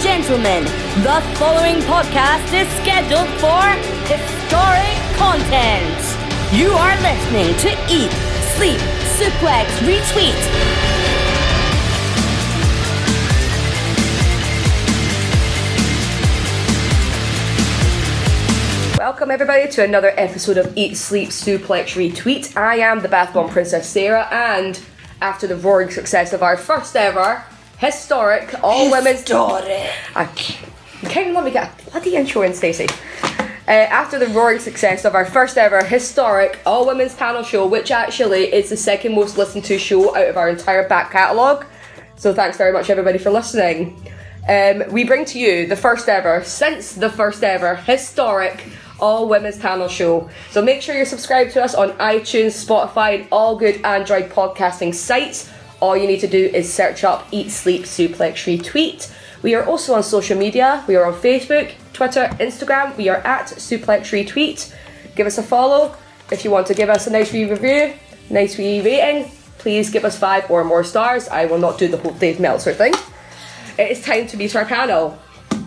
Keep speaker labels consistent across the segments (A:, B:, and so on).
A: gentlemen, the following podcast is scheduled for historic content. You are listening to Eat, Sleep, Suplex, Retweet.
B: Welcome everybody to another episode of Eat Sleep Suplex Retweet. I am the Bath Bomb Princess Sarah, and after the roaring success of our first ever historic all women's
A: Historic.
B: I can let me get a bloody intro in, Stacey. Uh, after the roaring success of our first ever historic all women's panel show, which actually is the second most listened to show out of our entire back catalogue. So thanks very much everybody for listening. Um, we bring to you the first ever, since the first ever, historic all women's panel show. So make sure you're subscribed to us on iTunes, Spotify, and all good Android podcasting sites. All you need to do is search up Eat Sleep Suplex Retweet. We are also on social media. We are on Facebook, Twitter, Instagram. We are at Suplex Retweet. Give us a follow. If you want to give us a nice wee review, nice wee rating, please give us five or more stars. I will not do the whole Dave Meltzer thing. It is time to meet our panel.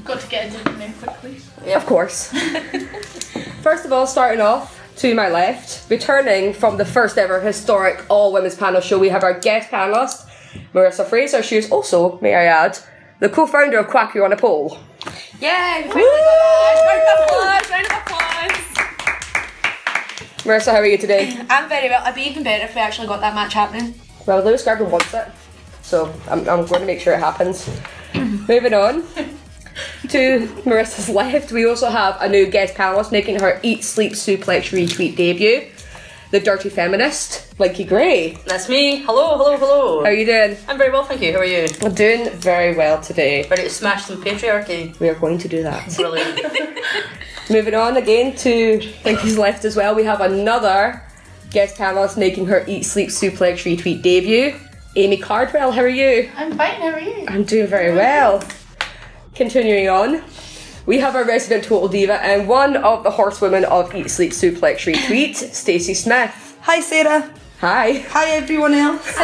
C: Got to get into the name quickly.
B: Yeah, of course. first of all, starting off to my left, returning from the first ever historic all women's panel show, we have our guest panelist, Marissa Fraser. She is also, may I add, the co founder of Quack You on a Pole.
C: Yay!
B: Marissa, how are you today?
C: I'm very well. I'd be even better if we actually got that match happening.
B: Well, Lewis Garvin wants it, so I'm, I'm going to make sure it happens. Moving on. To Marissa's left, we also have a new guest panelist making her Eat, Sleep, Suplex retweet debut, the Dirty Feminist, Linky Gray.
D: That's me. Hello, hello, hello.
B: How are you doing?
D: I'm very well, thank you. How are you?
B: We're doing very well today.
D: Ready to smash some patriarchy?
B: We are going to do that.
D: Brilliant.
B: Moving on again to Linky's left as well, we have another guest panelist making her Eat Sleep Suplex retweet debut. Amy Cardwell, how are you?
C: I'm fine, how are you?
B: I'm doing very well. Continuing on, we have our resident total diva and one of the horsewomen of Eat Sleep Suplex retweet, Stacey Smith.
E: Hi Sarah.
B: Hi.
E: Hi everyone else.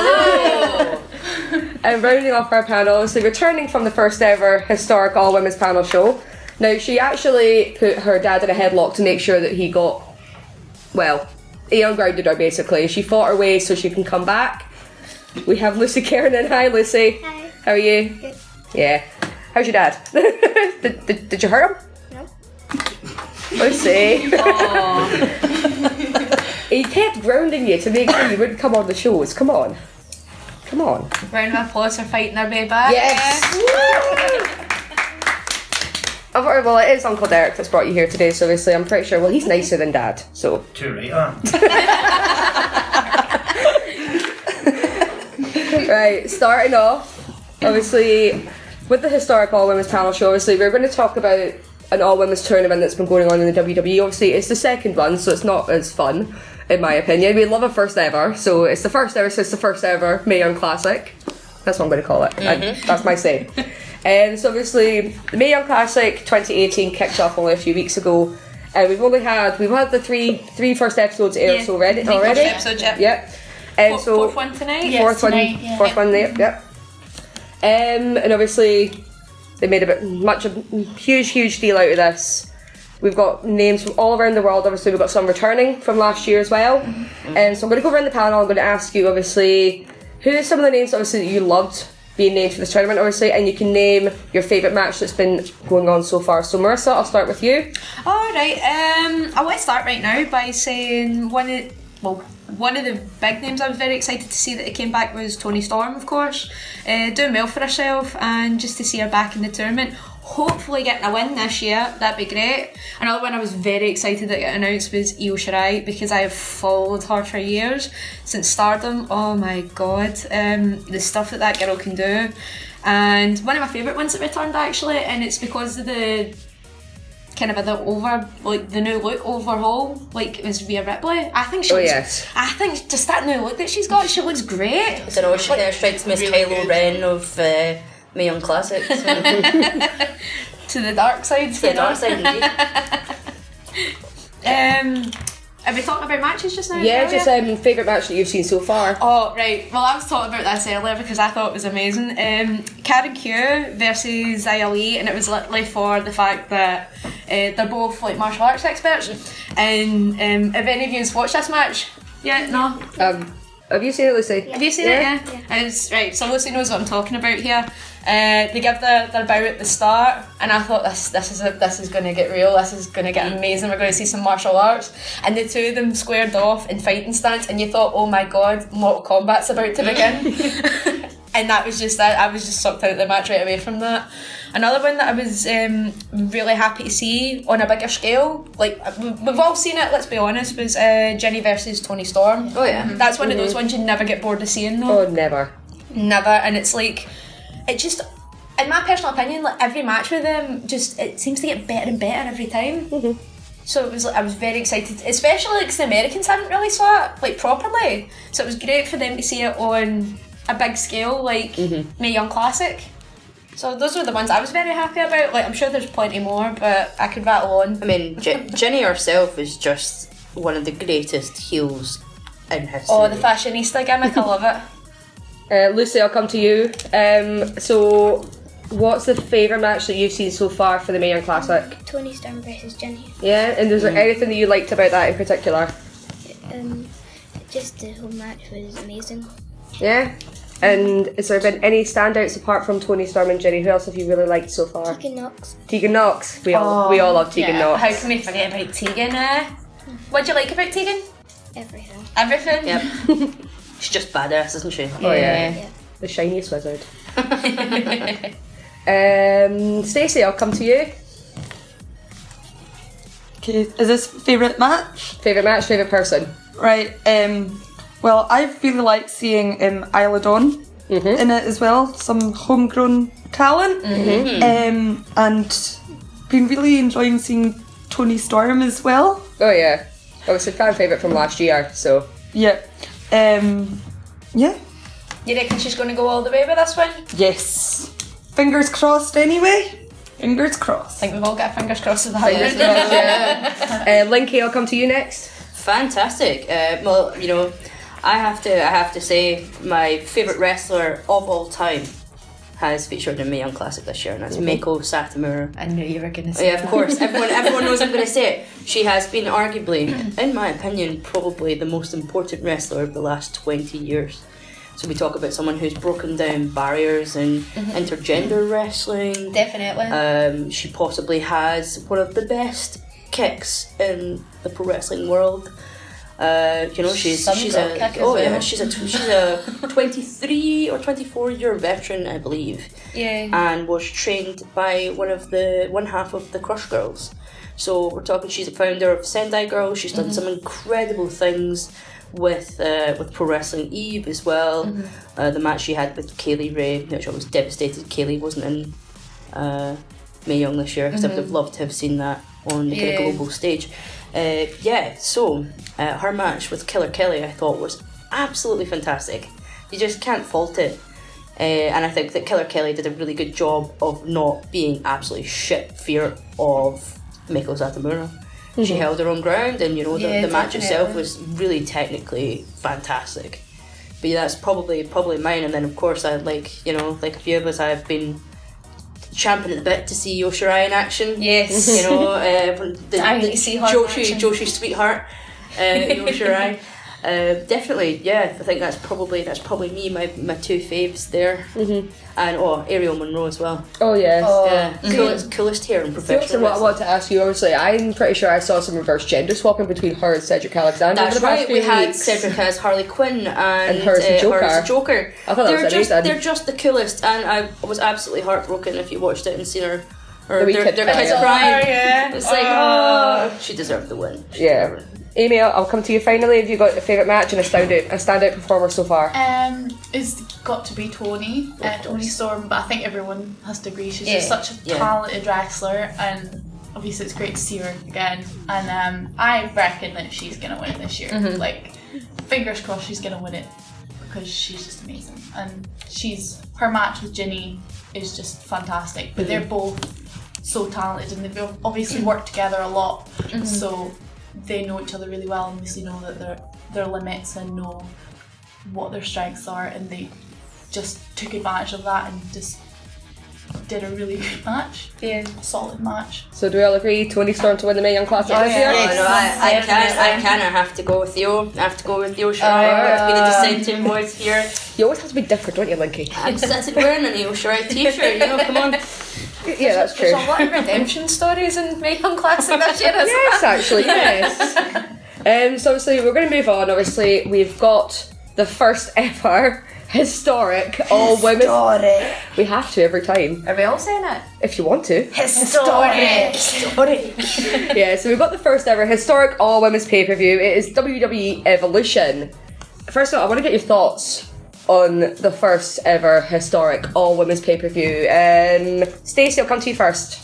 B: And rounding off our panel, so returning from the first ever historic all women's panel show. Now she actually put her dad in a headlock to make sure that he got well, he ungrounded her basically. She fought her way so she can come back. We have Lucy Kernan. Hi Lucy.
F: Hi.
B: How are you?
F: Good.
B: Yeah. How's your dad? did, did, did you hurt him? Lucy. he kept grounding you to make sure you wouldn't come on the shows. Come on. Come on.
C: Round of applause for fighting their way back.
B: I've already- well, it is Uncle Derek that's brought you here today, so obviously I'm pretty sure. Well, he's nicer than Dad, so.
G: Too right, aren't I?
B: Right, starting off, obviously, with the historic All Women's panel show, obviously, we're going to talk about an All Women's tournament that's been going on in the WWE. Obviously, it's the second one, so it's not as fun, in my opinion. We love a first ever, so it's the first ever, so it's the first ever Mayon Classic. That's what I'm going to call it. I-
C: Mm-hmm.
B: that's my say. And so obviously, the Mae Young Classic 2018 kicked off only a few weeks ago, and we've only had we've had the three three first episodes aired
C: Yeah,
B: so already.
C: three first
B: already.
C: episodes, yeah.
B: Yep. And so
D: one tonight?
C: Yes,
B: fourth
C: tonight,
B: one,
C: yeah.
B: fourth one there. Yep. Um, and obviously, they made a bit much a huge, huge deal out of this. We've got names from all around the world. Obviously, we've got some returning from last year as well.
C: Mm-hmm.
B: And so I'm going to go around the panel. I'm going to ask you, obviously, who are some of the names, obviously, that you loved being named for this tournament, obviously, and you can name your favourite match that's been going on so far. So, Marissa, I'll start with you.
E: Alright, um I want to start right now by saying one of well one of the big names I was very excited to see that it came back was Tony Storm, of course. Uh, doing well for herself and just to see her back in the tournament. Hopefully getting a win this year, that'd be great. Another one I was very excited that got announced was Io Shirai because I have followed her for years since Stardom. Oh my god, um, the stuff that that girl can do. And one of my favourite ones that returned actually, and it's because of the kind of the over like the new look overhaul like it was Rhea Ripley I think she
B: Oh,
E: looks,
B: yes.
E: I think just that new look that she's got she looks great
D: I don't know, she kind of strikes me as Kylo Ren of uh, my young classics. the
E: to the dark side you know?
D: dark side indeed.
E: um Are we talking about matches just now?
B: Yeah,
E: Victoria?
B: just um, favourite match that you've seen so far.
E: Oh right. Well, I was talking about this earlier because I thought it was amazing. Um, Karen Q versus Zia Lee, and it was literally for the fact that uh, they're both like martial arts experts. And um, if any of you watched this match, yeah, no,
B: Um, have you seen it, Lucy?
E: have you seen it? Yeah. It's- right. So Lucy knows what I'm talking about here. Uh, they give their, their bow at the start, and I thought this this is it. this is going to get real. This is going to get amazing. We're going to see some martial arts, and the two of them squared off in fighting stance, and you thought, oh my god, Mortal Kombat's about to begin. and that was just that. I was just sucked out of the match right away from that. Another one that I was um, really happy to see on a bigger scale, like we- we've all seen it. Let's be honest, was uh, Jenny versus Tony Storm.
D: Oh, yeah.
E: That's one of those ones you never get bored of seeing though.
B: Oh, never.
E: Never. And it's like it just in my personal opinion, like every match with them just it seems to get better and better every time. So it was like I was very excited, especially because the Americans haven't really saw it like properly. So it was great for them to see it on a big scale, like May Young Classic. So those were the ones I was very happy about. Like I'm sure there's plenty more, but I could rattle on.
D: I mean, Je- Jenny herself is just one of the greatest heels in history.
E: Oh, the fashionista gimmick, I love it.
B: Uh, Lucy, I'll come to you. Um, so, what's the favourite match that you've seen so far for the Mayan Classic?
F: Tony Storm versus Jenny.
B: Yeah, and is there
E: Mm.
B: anything that you liked about that in particular?
F: Um, just the whole match was amazing.
B: Yeah. And has there been any standouts apart from Tony Storm and Jenny? Who else have you really liked so far?
F: Tegan Knox.
B: Tegan Knox. We all we all love Tegan
E: Oh, Yeah,
B: Knox.
E: How can we forget about Tegan? Eh? What'd you like about Tegan?
F: Everything.
E: Everything.
D: Yep. She's just badass, isn't she?
B: Oh yeah.
F: Yeah.
B: The shiniest wizard. um, Stacey, I'll come to you.
G: Okay, is this favourite match?
B: Favorite match, favorite person.
G: Right, um, well, I really like seeing um, Isla Dawn in it as well, some homegrown talent. Um, and been really enjoying seeing Tony Storm as well.
B: Oh yeah. That was a fan favorite from last year. So
G: Yeah. Um, yeah.
E: You reckon she's going to go all the way with this one?
G: Yes. Fingers crossed anyway. Fingers crossed.
E: think we've all got our fingers crossed with that.
B: Uh, Linky, I'll come to you next.
D: Fantastic. Uh, well, you know, I have to I have to say my favorite wrestler of all time has featured in Mae Young Classic this year, and that's Mako Satomura.
E: Mm-hmm. I knew you were going to say
D: Yeah, of course. Everyone, everyone knows I'm going to say it. She has been arguably, in my opinion, probably the most important wrestler of the last 20 years. So we talk about someone who's broken down barriers in
E: Mm-hmm.
D: intergender wrestling.
E: Definitely.
D: Um, she possibly has one of the best kicks in the pro wrestling world. Uh, you know, she's
E: Some
D: she's
E: drop
D: a
E: kick as
D: oh yeah,
E: well.
D: she's a tw- she's a 23 or 24 year veteran, I believe
E: yeah.
D: and was trained by one of the one half of the Crush Girls. So we're talking. She's a founder of Sendai Girls. She's done some
E: Mm-hmm.
D: incredible things with uh, with Pro Wrestling Eve as well.
E: Mm-hmm.
D: Uh, the match she had with Kaylee Ray, which I was devastated. Kaylee wasn't in uh, Mae Young this year because I would have loved to have seen that on the
E: Mm-hmm. Yeah.
D: kind of global stage. Uh, yeah, so uh, her match with Killer Kelly I thought was absolutely fantastic. You just can't fault it. Uh, and I think that Killer Kelly did a really good job of not being absolutely shit fear of Miko Satomura. She held her own ground, and you know the,
E: Mm-hmm. Yeah,
D: the match itself
E: definitely.
D: was really technically fantastic. But yeah, that's probably probably mine. And then of course I like you know like a few of us I've been champing at the bit to see Yoshirai in action.
E: Yes.
D: you know uh, when the,
E: I
D: the
E: need to see her in
D: Joshi
E: action.
D: Joshi sweetheart uh, Yoshirai. Uh, definitely, yeah. I think that's probably that's probably me my, my two faves there, mm-hmm. and oh Ariel Monroe as well.
B: Oh yes.
D: yeah, coolest coolest hair in
B: So also
D: professional.
B: what I
D: wrestling.
B: want to ask you, obviously, I'm pretty sure I saw some reverse gender swapping between her and Cedric Alexander.
D: That's
B: over the past
D: right.
B: few
D: We had
B: weeks.
D: Cedric as Harley Quinn and,
B: And her as the
D: uh, her as the
B: Joker.
D: Joker.
B: I thought that
D: they're
B: was
D: just
B: amazing.
D: they're just the coolest, and I was absolutely heartbroken if you watched it and seen her or
B: The wee
D: their,
B: kid
D: their
B: crying.
D: kids crying.
E: yeah.
D: It's like, oh, she deserved the win. She
B: Yeah.
D: deserved it.
B: Amy, I'll I'll come to you finally. Have you got a favourite match and a standout, a standout performer so far?
H: Um, it's got to be Tony, uh, Tony Storm, but I think everyone has to agree she's just
E: Yeah,
H: such a
D: yeah.
H: talented wrestler, and obviously it's great to see her again. And um, I reckon that she's gonna win it this year. Like, fingers crossed, she's gonna win it because she's just amazing, and she's her match with Ginny is just fantastic. But they're both so talented, and they've obviously worked together a lot. So they know each other really well and obviously know that their their limits and know what their strengths are and they just took advantage of that and just did a really good match.
C: Yeah.
H: Solid match.
B: So do we all agree Tony Storm to win the Mae Young Classic this year?
D: Oh, Yeah, no, I, I can, I can. I have to go with you. I have to go with you. Sure, I've been a dissenting voice here.
B: You always have to be different, don't you, Linky?
D: I'm sitting wearing an Eel Shrek t-shirt. You know, come on.
B: Yeah, that's true.
C: There's a lot of redemption stories in Mae Young Classic this year. isn't
B: Yes, actually, yes. um, so obviously we're going to move on. Obviously, we've got the first ever historic all women.
G: Historic.
B: We have to every time
C: there? Are we all saying it?
B: if you want to.
G: Historic.
B: yeah, so we've got the first ever historic all women's pay per view. It is WWE Evolution. First of all, I want to get your thoughts on the first ever historic all women's pay per view. Um, Stacey, I'll come to you first.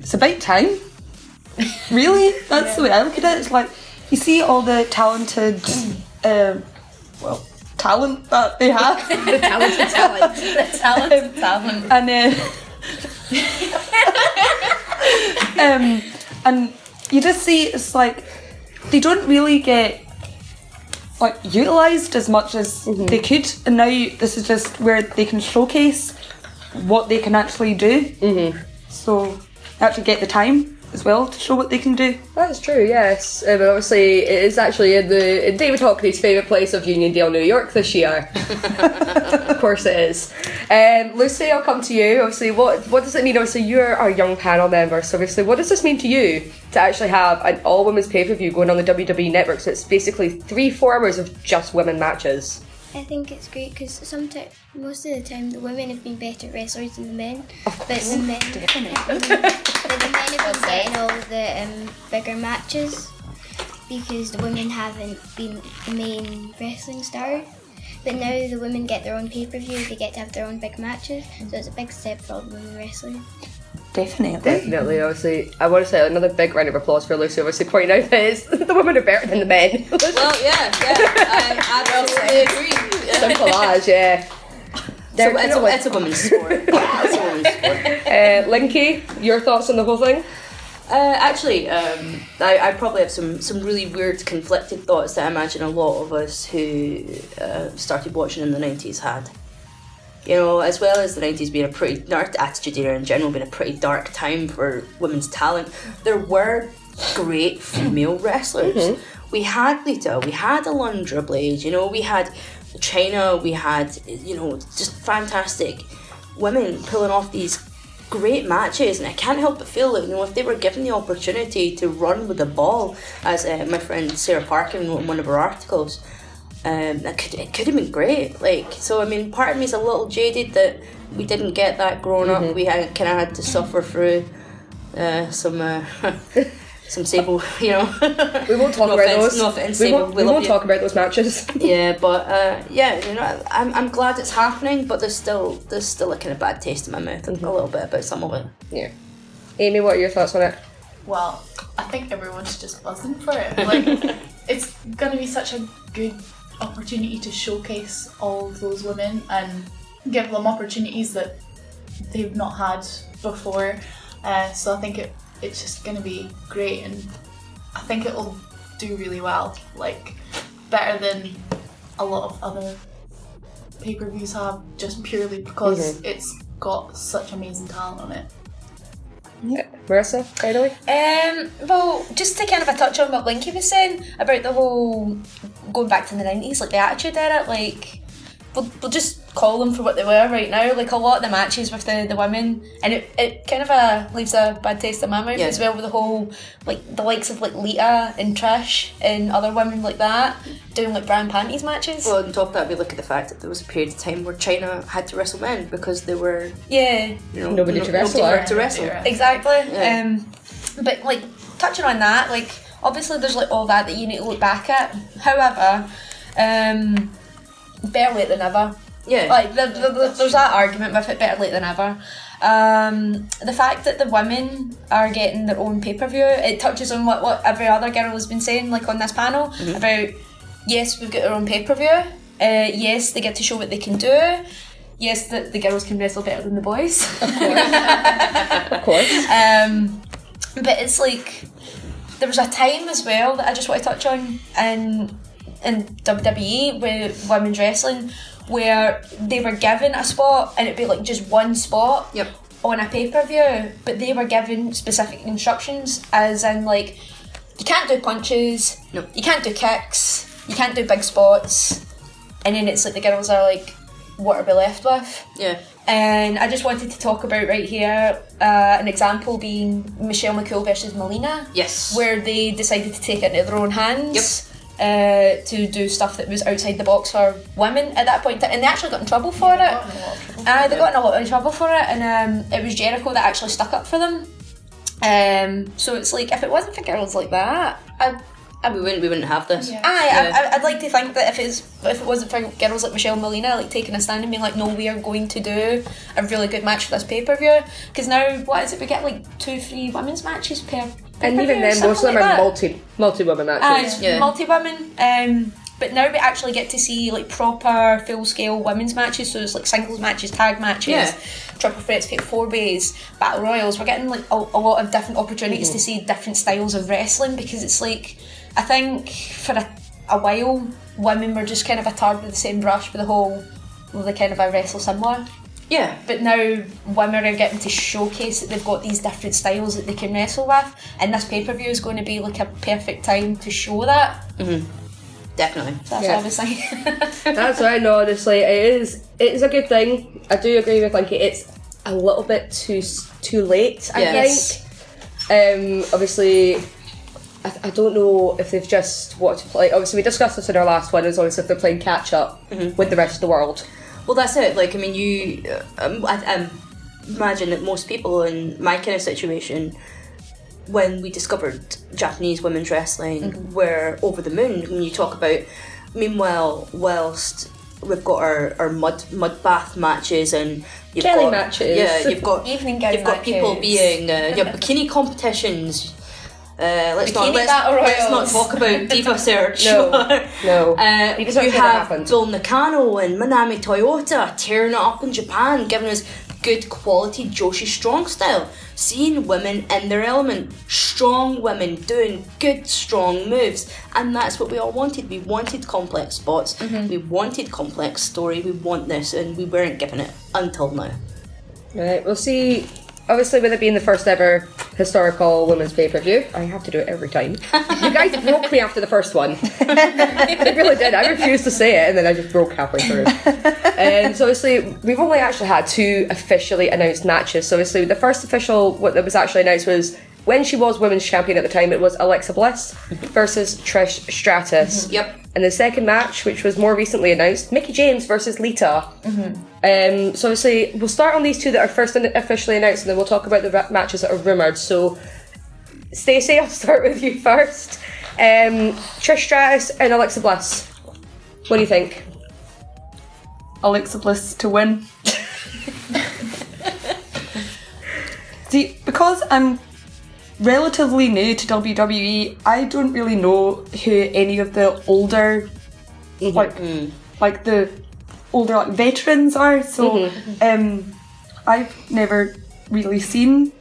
G: It's about time. Really? That's the way I look at it. It's like you see all the talented, um, well, talent that they have. Um,
H: Talent, talent.
G: and uh, um, and you just see it's like they don't really get like utilized as much as they could, and now this is just where they can showcase what they can actually do. Mm-hmm. So they actually get the time as well to show what they can do.
B: That's true, yes. Uh, but obviously, it is actually in the in David Hockney's favourite place of Uniondale, New York this year. of course, it is. Um, Lucy, I'll come to you. Obviously, what what does it mean? Obviously, you're our young panel member, so obviously, what does this mean to you to actually have an all women's pay per view going on the WWE network? So it's basically three, four hours of just women matches.
F: I think it's great because sometimes, most of the time, the women have been better wrestlers than the men. But the men, have been, but the men have been getting all the um, bigger matches because the women haven't been the main wrestling star. But now the women get their own pay per view, they get to have their own big matches, so it's a big step for all the women wrestling.
G: Definitely.
B: Definitely, obviously. I want to say another big round of applause for Lucy, obviously, pointing out that it's, the women are better than the men.
D: Well, yeah, yeah. I absolutely agree. Yeah.
B: Simple as, yeah.
D: So it's, a, it's a woman's sport. Yeah, it's a woman's sport.
B: Uh, Linky, your thoughts on the whole thing?
D: Uh, actually, um, I, I probably have some, some really weird, conflicted thoughts that I imagine a lot of us who uh, started watching in the 90s had. You know, as well as the 90s being a pretty dark attitude era in general, being a pretty dark time for women's talent, there were great female wrestlers. We had Lita, we had Alundra Blade, you know, we had China, we had, you know, just fantastic women pulling off these great matches, and I can't help but feel that you know if they were given the opportunity to run with the ball, as uh, my friend Sarah Parkin wrote in one of her articles, um, that could it could have been great. Like so, I mean, part of me is a little jaded that we didn't get that growing
B: Mm-hmm.
D: up. We had, kind of had to suffer through uh, some. Uh, Some Sable, you know.
B: We won't talk
D: no
B: about
D: offense,
B: those.
D: No offense,
B: we
D: Sable.
B: won't,
D: we
B: we
D: love
B: won't
D: you.
B: talk about those matches.
D: Yeah, but uh, yeah, you know, I'm, I'm glad it's happening, but there's still there's still a kind of bad taste in my mouth
B: Mm-hmm.
D: a little bit about some of it.
B: yeah. Amy, what are your thoughts on it?
H: Well, I think everyone's just buzzing for it. Like, it's going to be such a good opportunity to showcase all of those women and give them opportunities that they've not had before. Uh, so I think it, it's just going to be great and I think it'll do really well. Like, better than a lot of other pay per views have, just purely because it's got such amazing talent on it.
B: Marissa, finally?
E: Um, well, just to kind of a touch on what Linky was saying about the whole going back to the nineties, like the attitude era, like we'll, we'll just call them for what they were right now. Like a lot of the matches with the, the women, and it, it kind of uh, leaves a bad taste in my mouth
D: Yeah.
E: as well with the whole like the likes of like Lita and Trish and other women like that doing like brown panties matches.
D: Well, on top of that, we look at the fact that there was a period of time where China had to wrestle men because they were,
E: yeah,
D: you know,
B: Nobody
D: no-
B: to wrestle
D: nobody
B: her.
D: to wrestle.
E: Exactly.
D: Yeah.
E: Um, but like touching on that, like obviously there's like all that that you need to look back at. However, um, better late than never.
D: Yeah.
E: Like the, the, the- there's that argument with it better late than ever. Um, the fact that the women are getting their own pay per view, it touches on what, what every other girl has been saying, like on this panel,
B: Mm-hmm.
E: about yes, we've got our own pay per view. Uh, yes, they get to show what they can do. Yes, the, the girls can wrestle better than the boys.
B: Of course.
E: Um, but it's like there was a time as well that I just want to touch on in in WWE with women's wrestling where they were given a spot and it'd be like just one spot
D: Yep.
E: on a pay per view, but they were given specific instructions as in like you can't do punches,
D: Nope.
E: you can't do kicks, you can't do big spots, and then it's like the girls are like, what are we left with?
D: Yeah.
E: And I just wanted to talk about right here uh, an example being Michelle McCool versus Molina,
D: Yes.
E: where they decided to take it into their own hands uh, to do stuff that was outside the box for women at that point, and they actually got in trouble for it. Aye, they got in a lot of trouble for it, and um, it was Jericho that actually stuck up for them. Um, so it's like if it wasn't for girls like that, I
D: Ah, we wouldn't we wouldn't have this.
H: Yeah.
E: Aye,
D: Yeah.
E: I, I, I'd like to think that if it's if it wasn't for girls like Michelle Molina like taking a stand and being like, no, we are going to do a really good match for this pay per view because now what is it? We get like two, three women's matches per.
B: And
E: pay-per-view
B: even then,
E: or
B: most of
E: something
B: them
E: like
B: are
E: that.
B: multi multi women
E: Aye,
B: matches.
E: it's
D: Yeah.
E: multi women. Um, but now we actually get to see like proper full scale women's matches. So it's like singles matches, tag matches,
D: Yeah.
E: triple threats, fatal four ways, battle royals. We're getting like a, a lot of different opportunities to see
D: Mm-hmm.
E: different styles of wrestling because it's like I think for a, a while women were just kind of a tarred with the same brush with the whole well, they kind of I wrestle similar.
D: Yeah.
E: But now women are getting to showcase that they've got these different styles that they can wrestle with, and this pay per view is going to be like a perfect time to show that.
D: Definitely.
E: That's
B: Yeah.
E: what I was saying.
B: That's right. No, honestly, it is. It's a good thing. I do agree with Linky. It's a little bit too s- too late. I
D: Yes.
B: think. Um, obviously, I, I don't know if they've just what to play. Obviously, we discussed this in our last one. Is obviously if they're playing catch up
D: Mm-hmm.
B: with the rest of the world.
D: Well, that's it. Like, I mean, you uh, um, I, I imagine that most people in my kind of situation, when we discovered Japanese women's wrestling, were over the moon. When you talk about, meanwhile, whilst we've got our, our mud mud bath matches and you've
B: Jelly
D: got,
B: matches.
D: Yeah, you've got
E: Evening gown
D: You've got people
E: matches.
D: being uh, yeah bikini competitions. Uh, let's
E: Bikini
D: not let's,
E: battle
D: let's not
E: royals.
D: talk about diva search.
B: No, no.
D: Uh,
B: Diva Search
D: you
B: never
D: have
B: happened.
D: Bill Nakano and Manami Toyota tearing it up in Japan, giving us good quality Joshi strong style. Seeing women in their element, strong women doing good strong moves, and that's what we all wanted. We wanted complex spots,
B: Mm-hmm.
D: we wanted complex story, we want this, and we weren't given it until now.
B: Right, we'll see. Obviously, with it being the first ever historical women's pay per view, I have to do it every time. you guys broke me after the first one. I really did. I refused to say it, and then I just broke halfway through. um, so obviously, we've only actually had two officially announced matches. So obviously, the first official what that was actually announced was when she was women's champion at the time. It was Alexa Bliss versus Trish Stratus.
D: Yep.
B: And the second match, which was more recently announced, Mickey James versus Lita.
G: Mm-hmm.
B: Um, so obviously, we'll start on these two that are first an- officially announced, and then we'll talk about the ra- matches that are rumored. So, Stacey, I'll start with you first. Um, Trish Stratus and Alexa Bliss. What do you think?
G: Alexa Bliss to win. See, because I'm relatively new to WWE, I don't really know who any of the older, like, like the older like veterans are. So, um, I've never really seen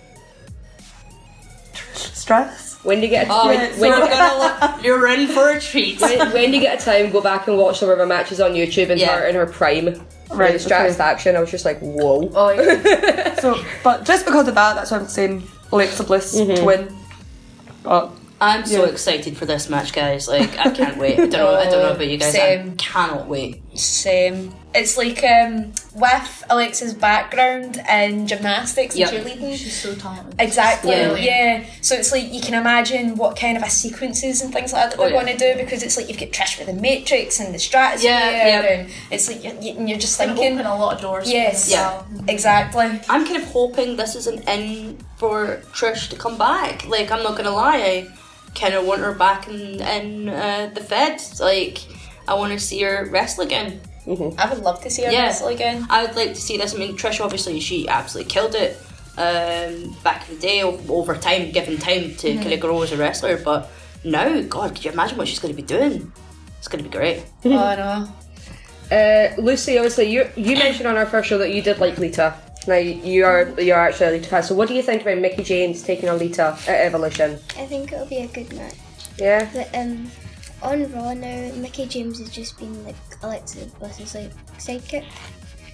G: Trish Stratus.
B: When do you get a
D: Oh,
B: when,
G: Yeah,
B: when,
G: so-
B: you-
D: You're in for a treat.
B: when, when do you get a time? Go back and watch some of her matches on YouTube and
D: Yeah.
B: her in her prime.
G: Right,
B: Right, Stratus
G: okay.
B: action. I was just like, whoa.
E: oh, yeah.
G: So, but just because of that, that's why I'm saying Alexa Bliss to win. Oh, But
D: I'm so
G: Yeah.
D: excited for this match, guys. Like, I can't wait. I don't know. I don't know about you guys. I
E: Same.
D: cannot wait.
E: Same. It's like um, with Alexa's background in gymnastics
D: Yep.
E: and cheerleading,
H: She's so talented.
E: Exactly.
D: Yeah.
E: Yeah. So it's like you can imagine what kind of a sequences and things like that that
D: Oh,
E: we're
D: yeah.
E: going to do because it's like you've got Trish with the Matrix and the Stratosphere
D: Yeah, yeah.
E: and it's like you're, you're just
H: Gonna
E: thinking.
H: open a lot of doors.
E: Yes.
D: Yeah.
E: Exactly.
D: I'm kind of hoping this is an in for Trish to come back. Like, I'm not gonna lie. I kind of want her back in in uh, the Fed. Like, I want to see her wrestle again.
E: I would love to see her
D: Yeah.
E: wrestle again.
D: I would like to see this. I mean, Trish obviously she absolutely killed it um, back in the day o- over time, given time to kind of grow as a wrestler. But now, God, could you imagine what she's going to be doing? It's going to be great.
E: oh no.
B: Uh, Lucy, obviously, you you mentioned on our first show that you did like Lita. Now you are you are actually a Lita fan. So what do you think about Mickey James taking on Lita at Evolution?
F: I think it'll be a good match.
B: Yeah.
F: But um, on Raw now, Mickey James has just been like Alexa Bliss's like sidekick,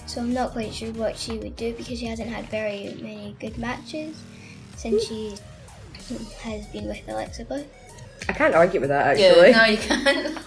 F: so I'm not quite sure what she would do because she hasn't had very many good matches since she has been with Alexa Bliss.
B: I can't argue with that actually.
C: No, you can't.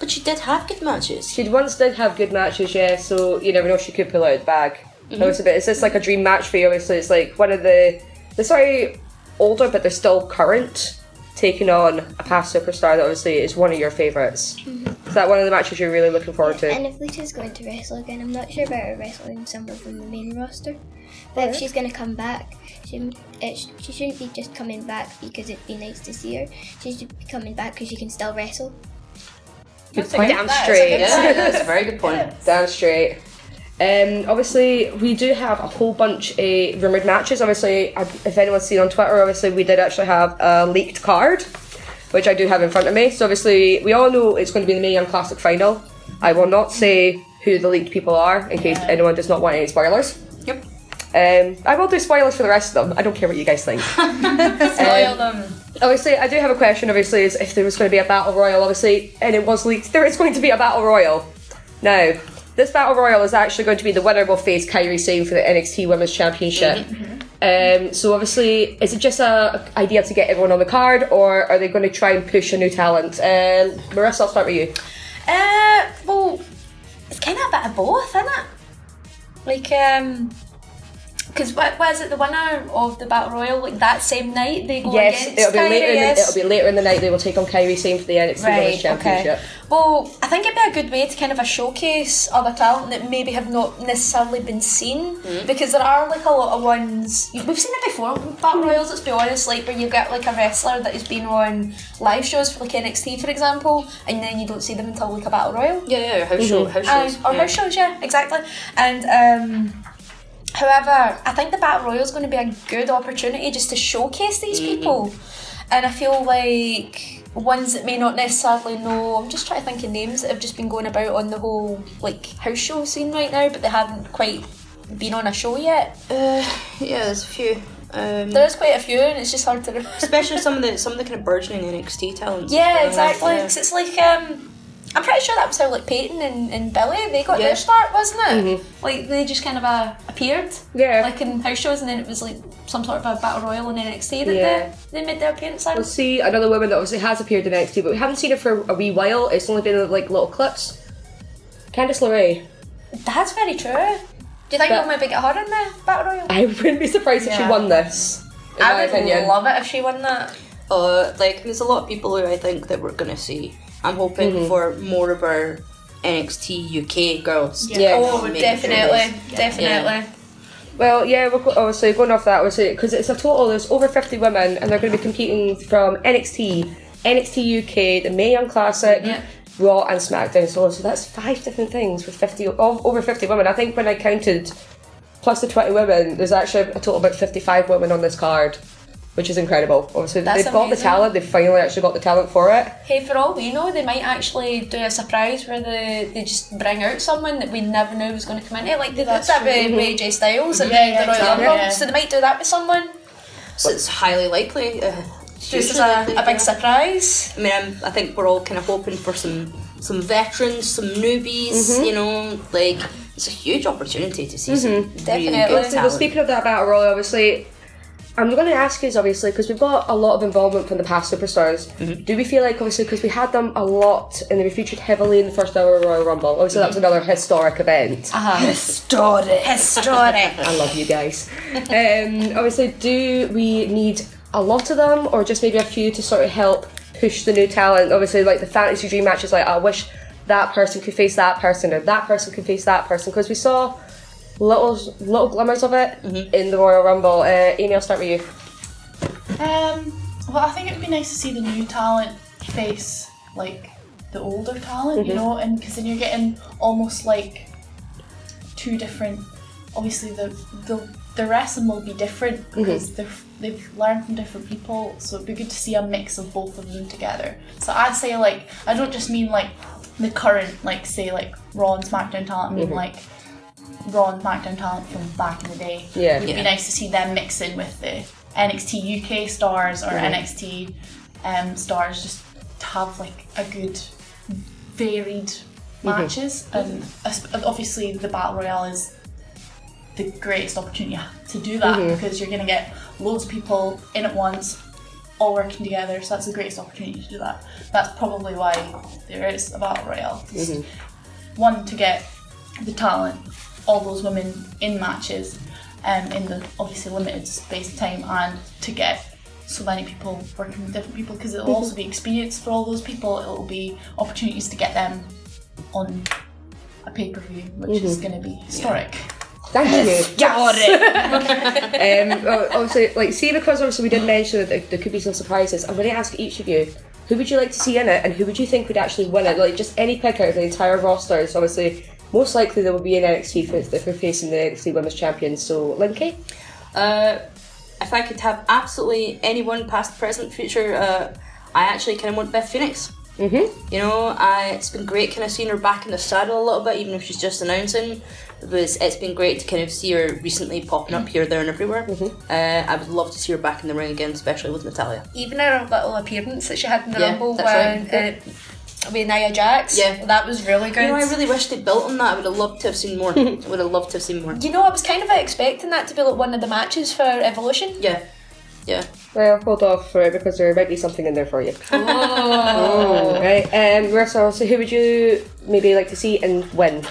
D: But she did have good matches.
B: She once did have good matches, yeah, so you never know she could pull out the bag. No, it's a bit it's just like a dream match for you, obviously. It's like one of the they're sorry older but they're still current taking on a past superstar that obviously is one of your favourites. Is that one of the matches you're really looking forward to?
F: And if Lita's going to wrestle again, I'm not sure about her wrestling someone from the main roster. But if she's going to come back, she, it, sh- she shouldn't be just coming back because it'd be nice to see her. She should be coming back because she can still wrestle.
G: Good point.
B: Damn straight.
D: Yeah, that's a very good point.
B: Damn straight. Um, obviously, we do have a whole bunch of rumoured matches. Obviously, I- if anyone's seen on Twitter, obviously we did actually have a leaked card, which I do have in front of me. So obviously, we all know it's going to be the Mae Young Classic final. I will not say who the leaked people are in case anyone does not want any spoilers.
D: Yep.
B: Um, I will do spoilers for the rest of them. I don't care what you guys think. Um,
H: Spoil them.
B: Obviously, I do have a question. Obviously, is if there was going to be a battle royal, obviously, and it was leaked, there is going to be a battle royal. Now, this battle royal is actually going to be the winner will face Kyrie Sane for the NXT Women's Championship.
E: Mm-hmm,
B: Um, so, obviously, is it just a idea to get everyone on the card, or are they going to try and push a new talent? Uh, Marissa, I'll start with you.
E: Uh, well, it's kind of a bit of both, isn't it? Like, um, because what was it? The winner of the battle royal, like that same night, they go
B: yes,
E: Oh, against
B: it'll be
E: Kyrie,
B: later. In the,
E: yes?
B: it'll be later in the night. They will take on Kyrie Sane for the NXT Women's
E: Right,
B: Championship.
E: okay. Well, I think it'd be a good way to kind of a showcase other talent that maybe have not necessarily been seen
B: Hmm.
E: because there are like a lot of ones you- we've seen it before with battle
B: Hmm.
E: royals. Let's be honest, like where you get like a wrestler that has been on live shows for like NXT, for example, and then you don't see them until like a battle royal.
D: Yeah, yeah, house show, house
E: Um,
D: shows.
E: or
D: yeah.
E: house shows, yeah, exactly. And um, however, I think the Battle Royal is going to be a good opportunity just to showcase these
D: Mm-hmm.
E: people. And I feel like ones that may not necessarily know, I'm just trying to think of names that have just been going about on the whole like house show scene right now, but they haven't quite been on a show yet.
D: Uh, yeah, there's a few. Um,
E: There's quite a few, and it's just hard to remember.
D: especially some of the some of the kind of burgeoning NXT talents.
E: Yeah,
D: that they have,
E: exactly.
D: yeah.
E: 'cause it's like um, I'm pretty sure that was how like Peyton and, and Billy they got
D: Yeah. Mm-hmm.
E: their start, wasn't it? Like they just kind of uh, appeared,
B: Yeah.
E: like in house shows, and then it was like some sort of a battle royal in NXT that
B: Yeah.
E: they, they made their appearance on.
B: We'll see another woman that obviously has appeared in NXT, but we haven't seen her for a wee while. It's only been like little clips. Candice LeRae.
E: That's very true. Do you think
B: But-
E: we'll maybe get her in the battle royal?
B: I wouldn't be surprised if she
E: Yeah.
B: won this. In my opinion.
E: love it if she won that.
D: Uh, like there's a lot of people who I think that we're gonna see. I'm hoping
E: Mm-hmm.
D: for more of our NXT UK girls.
B: Yeah.
E: Oh,
D: Maybe
E: definitely,
D: sure.
E: definitely.
B: well, yeah, we're go- obviously going off that, obviously, because it's a total, there's over 50 women, and they're going to be competing from NXT, NXT UK, the Mae Young Classic,
E: Yeah.
B: Raw, and SmackDown. So, so that's five different things with 50, o- o- over 50 women. I think when I counted, plus the 20 women, there's actually a total of about 55 women on this card, which is incredible. Obviously,
E: That's
B: they've got the
E: amazing.
B: talent, they've finally actually got the talent for it.
E: Hey, for all we know, they might actually do a surprise where they, they just bring out someone that we never knew was going to come in. Like they did that with with AJ Styles and
H: Yeah,
E: the
H: yeah,
E: Royal
H: exactly.
E: Rumble,
H: Yeah.
E: so they might do that with someone.
D: So it's highly likely. Uh,
E: Just as
D: hugely
E: a,
D: likely,
E: a big
D: yeah.
E: surprise.
D: I mean, I'm, I think we're all kind of hoping for some some veterans, some newbies. You know, like it's a huge opportunity to see some really
E: Definitely.
D: good
E: Obviously,
B: Obviously, well,
D: talent.
B: speaking of that battle royal, obviously, I'm going to ask you, obviously, because we've got a lot of involvement from the past superstars. Do we feel like, obviously, because we had them a lot and they were featured heavily in the first hour of Royal Rumble? Obviously, that was another historic event.
G: Historic.
E: Historic.
B: I love you guys. um, obviously, do we need a lot of them or just maybe a few to sort of help push the new talent? Obviously, like the fantasy dream matches, like I wish that person could face that person or that person could face that person because we saw little little glimmers of it in the Royal Rumble. Uh, Amy, I'll start with you.
H: Um, well, I think it would be nice to see the new talent face like the older talent, you know, and because then you're getting almost like two different. Obviously, the the the wrestling will be different because they're they've learned from different people, so it'd be good to see a mix of both of them together. So I say like I don't just mean like the current, like say like Raw and SmackDown talent, I mean like Raw and SmackDown talent from back in the day.
B: Yeah.
H: It would be nice to see them mix in with the NXT UK stars or NXT um, stars just to have like a good varied matches. And as- obviously, the Battle Royale is the greatest opportunity to do that because you're going to get loads of people in at once, all working together. So that's the greatest opportunity to do that. That's probably why there is a battle royale. Just One to get the talent, all those women in matches, um, in the obviously limited space of time, and to get so many people working with different people because it'll also be experience for all those people. It'll be opportunities to get them on a pay per view, which is going to be historic.
B: Thank you. um, well, obviously, like, see, because obviously we did mention that there, there could be some surprises. I'm going to ask each of you, who would you like to see in it, and who would you think would actually win it? Like, just any pick out of the entire roster. So obviously, most likely there will be an NXT if, if we're facing the NXT Women's Champions. So, Linky,
D: Uh, if I could have absolutely anyone, past, present, future, uh, I actually kind of want Beth Phoenix. Mm-hmm. You know, I, it's been great kind of seeing her back in the saddle a little bit, even if she's just announcing. It was, it's been great to kind of see her recently popping up here, there, and everywhere. Uh, I would love to see her back in the ring again, especially with Natalia.
E: Even her little appearance that she had in the
D: Yeah,
E: Rumble
D: that's right.
E: when, uh, with Nia Jax,
D: Yeah.
E: that was really good.
D: You know, I really wish they built on that. I would have loved to have seen more. I would have loved to have seen more.
E: You know, I was kind of expecting that to be like one of the matches for Evolution.
D: Yeah, yeah.
B: well, hold off for it because there might be something in there for you. Oh, right. Um, Marissa, also, who would you maybe like to see and win?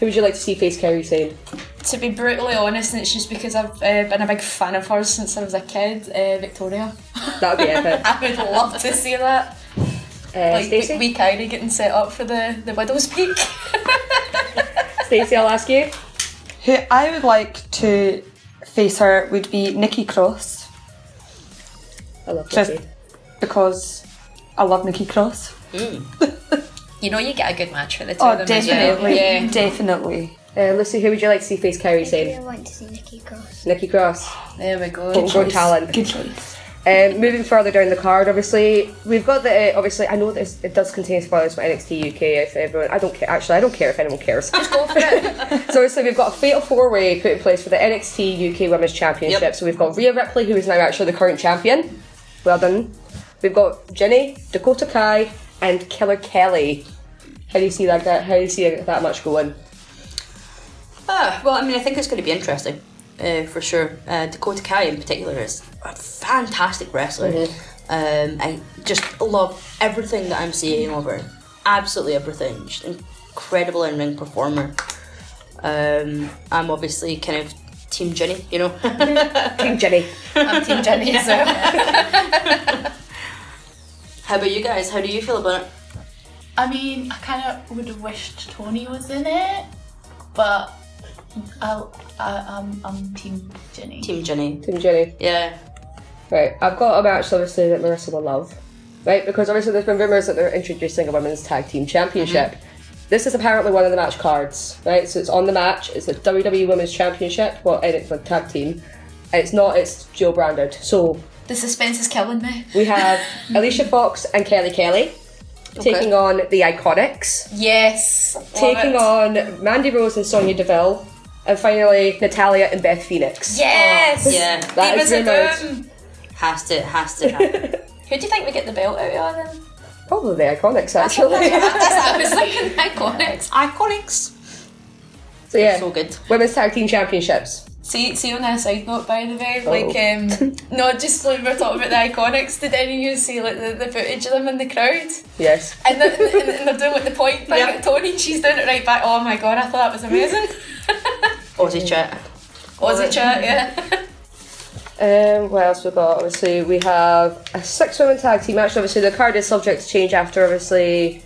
B: Who would you like to see face Kerry saying?
E: To be brutally honest, and it's just because I've uh, been a big fan of hers since I was a kid, uh, Victoria.
B: That would be epic.
E: I would love to see that.
B: Uh,
E: Like,
B: Stacey?
E: we, we Kyrie getting set up for the, the Widow's Peak.
B: Stacey, I'll ask you.
G: Who I would like to face her would be Nikki Cross,
B: I love
G: just
B: Stacey.
G: because I love Nikki Cross.
E: you know, you get a good match for the two
G: Oh,
E: of them. as well.
G: definitely,
E: Yeah.
G: definitely.
B: Uh, Lucy, who would you like to see face Kyrie
F: I
B: saying?
F: really want to see Nikki Cross.
B: Nikki Cross.
E: There we go.
B: Don't go talent.
G: Good choice.
B: Um, moving further down the card, obviously we've got the. Uh, obviously, I know this it does contain spoilers for NXT UK. If everyone, I don't care. Actually, I don't care if anyone cares. Just go for it. so obviously, we've got a fatal four way put in place for the NXT UK Women's Championship.
D: Yep.
B: So we've got Rhea Ripley, who is now actually the current champion. Well done. We've got Jenny, Dakota Kai, and Killer Kelly. How do you see that? How do you see that much going?
D: Ah, well, I mean, I think it's going to be interesting, uh, for sure. Uh, Dakota Kai in particular is a fantastic wrestler. Um, I just love everything that I'm seeing of her. Absolutely everything. She's an incredible in ring performer. Um, I'm obviously kind of Team Jenny, you know.
B: Team Jenny.
E: I'm Team Jenny, so.
D: How about you guys? How do you feel about it?
H: I mean, I kind of would have wished Tony was in it, but I'll, I, I'm, I'm Team Jenny.
D: Team Jenny.
B: Team Jenny.
D: Yeah.
B: Right, I've got a match obviously that Marissa will love. Right, because obviously there's been rumours that they're introducing a women's tag team championship.
E: Mm-hmm.
B: This is apparently one of the match cards, right? So it's on the match, it's the WWE E Women's Championship, well, and it's a tag team. And it's not, it's dual branded. So
E: the suspense is killing me.
B: we have Alicia Fox and Kelly Kelly taking on the Iconics,
E: Yes. love
B: taking
E: it.
B: on Mandy Rose and Sonya Deville, and finally Natalia and Beth Phoenix.
E: Yes!
D: Yeah.
B: That
E: Divas
B: is
E: of
B: rumoured.
E: Doom.
D: Has to, has to happen.
E: Who do you think we get the belt out of then?
B: Probably the Iconics, actually.
E: That's what I was thinking. Iconics.
D: Iconics.
B: so yeah,
D: So good.
B: Women's Tag Team Championships.
E: See, see on a side note, by the way,
B: Oh.
E: like, um, no, just like we we're talking about the Iconics. Did any of you see like the, the footage of them in the crowd?
B: Yes.
E: And, the, and, and they're doing like the point thing
D: Yeah.
E: at Tony, and she's doing it right back. Oh my god, I thought that was amazing.
D: Aussie chat.
E: Aussie chat, yeah.
B: Um, what else we got? Obviously, we have a six women tag team match. Obviously, the card is subject to change after. Obviously,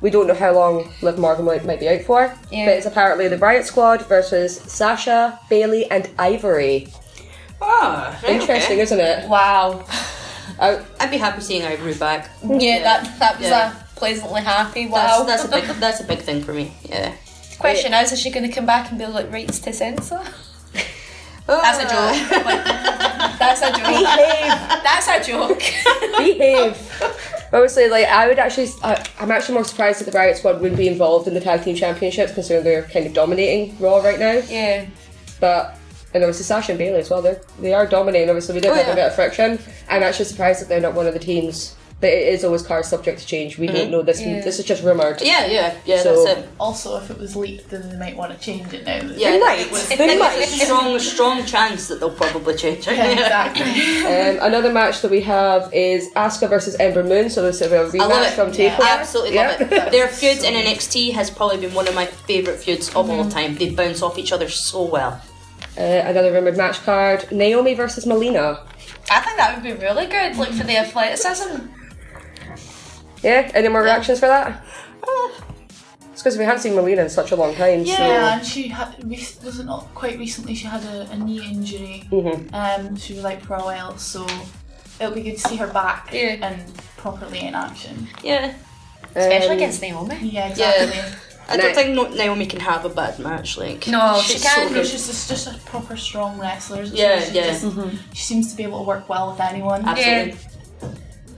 B: we don't know how long Liv Morgan might, might be out for.
E: Yeah.
B: But it's apparently the Riot Squad versus Sasha, Bailey, and Ivory.
D: Ah, right,
B: Interesting,
D: okay.
B: isn't it?
E: Wow.
B: I,
D: I'd be happy seeing Ivory back.
E: Yeah, that that was
D: Yeah.
E: a pleasantly happy. Wow.
D: That's, that's a big that's a big thing for me. Yeah.
E: question is, is she going to come back and be like rights to censor? That's a joke. Like, that's a joke. That's a joke.
B: behave. But obviously, like I would actually, I, I'm actually more surprised that the Riot Squad would be involved in the tag team championships, considering they're kind of dominating Raw right now.
E: Yeah.
B: But and obviously Sasha and Bailey as well. They they are dominating. Obviously,
D: Oh,
B: we did have a bit of friction. I'm actually surprised that they're not one of the teams. But it is always cars subject to change. We don't know this. This is just rumored.
D: Mm-hmm. Yeah, yeah, yeah,
B: So-
D: that's it.
H: Also, if it was leaked, then they might want to change it now.
D: Yeah,
B: They
D: it
B: might.
D: was-
B: They
D: There's
B: might.
D: a strong, strong chance that they'll probably change it.
H: Yeah, exactly.
B: Um, another match that we have is Asuka versus Ember Moon. So this is a
D: I love
B: rematch
D: it.
B: from
H: Yeah.
B: Takeover.
D: I absolutely love
B: Yeah.
D: it. Their feud in NXT has probably been one of my favourite feuds of all time. They bounce off each other so well.
B: Uh, another rumored match card: Naomi versus Melina.
E: I think that would be really good, like for the athleticism.
B: Yeah. Any more reactions for that?
D: Uh.
B: It's because we haven't seen Melina in such a long time. um,
H: Yeah, and she had re- was it not quite recently? She had a, a knee injury.
B: Mm-hmm.
H: Um, she was like for a while, so it'll be good to see her back
E: Yeah.
H: and properly in action.
D: Yeah.
B: So,
E: Especially
B: um,
E: against Naomi.
H: Yeah, exactly.
D: I don't
B: No.
D: think no- Naomi can have a bad match. Like,
E: No, she
D: she's
E: can't.
D: So
H: No,
D: good.
H: she's just, just a proper strong wrestler. isn't she?
D: Yeah,
H: she
D: yeah.
H: Just,
B: Mm-hmm.
H: She seems to be able to work well with anyone.
D: Absolutely.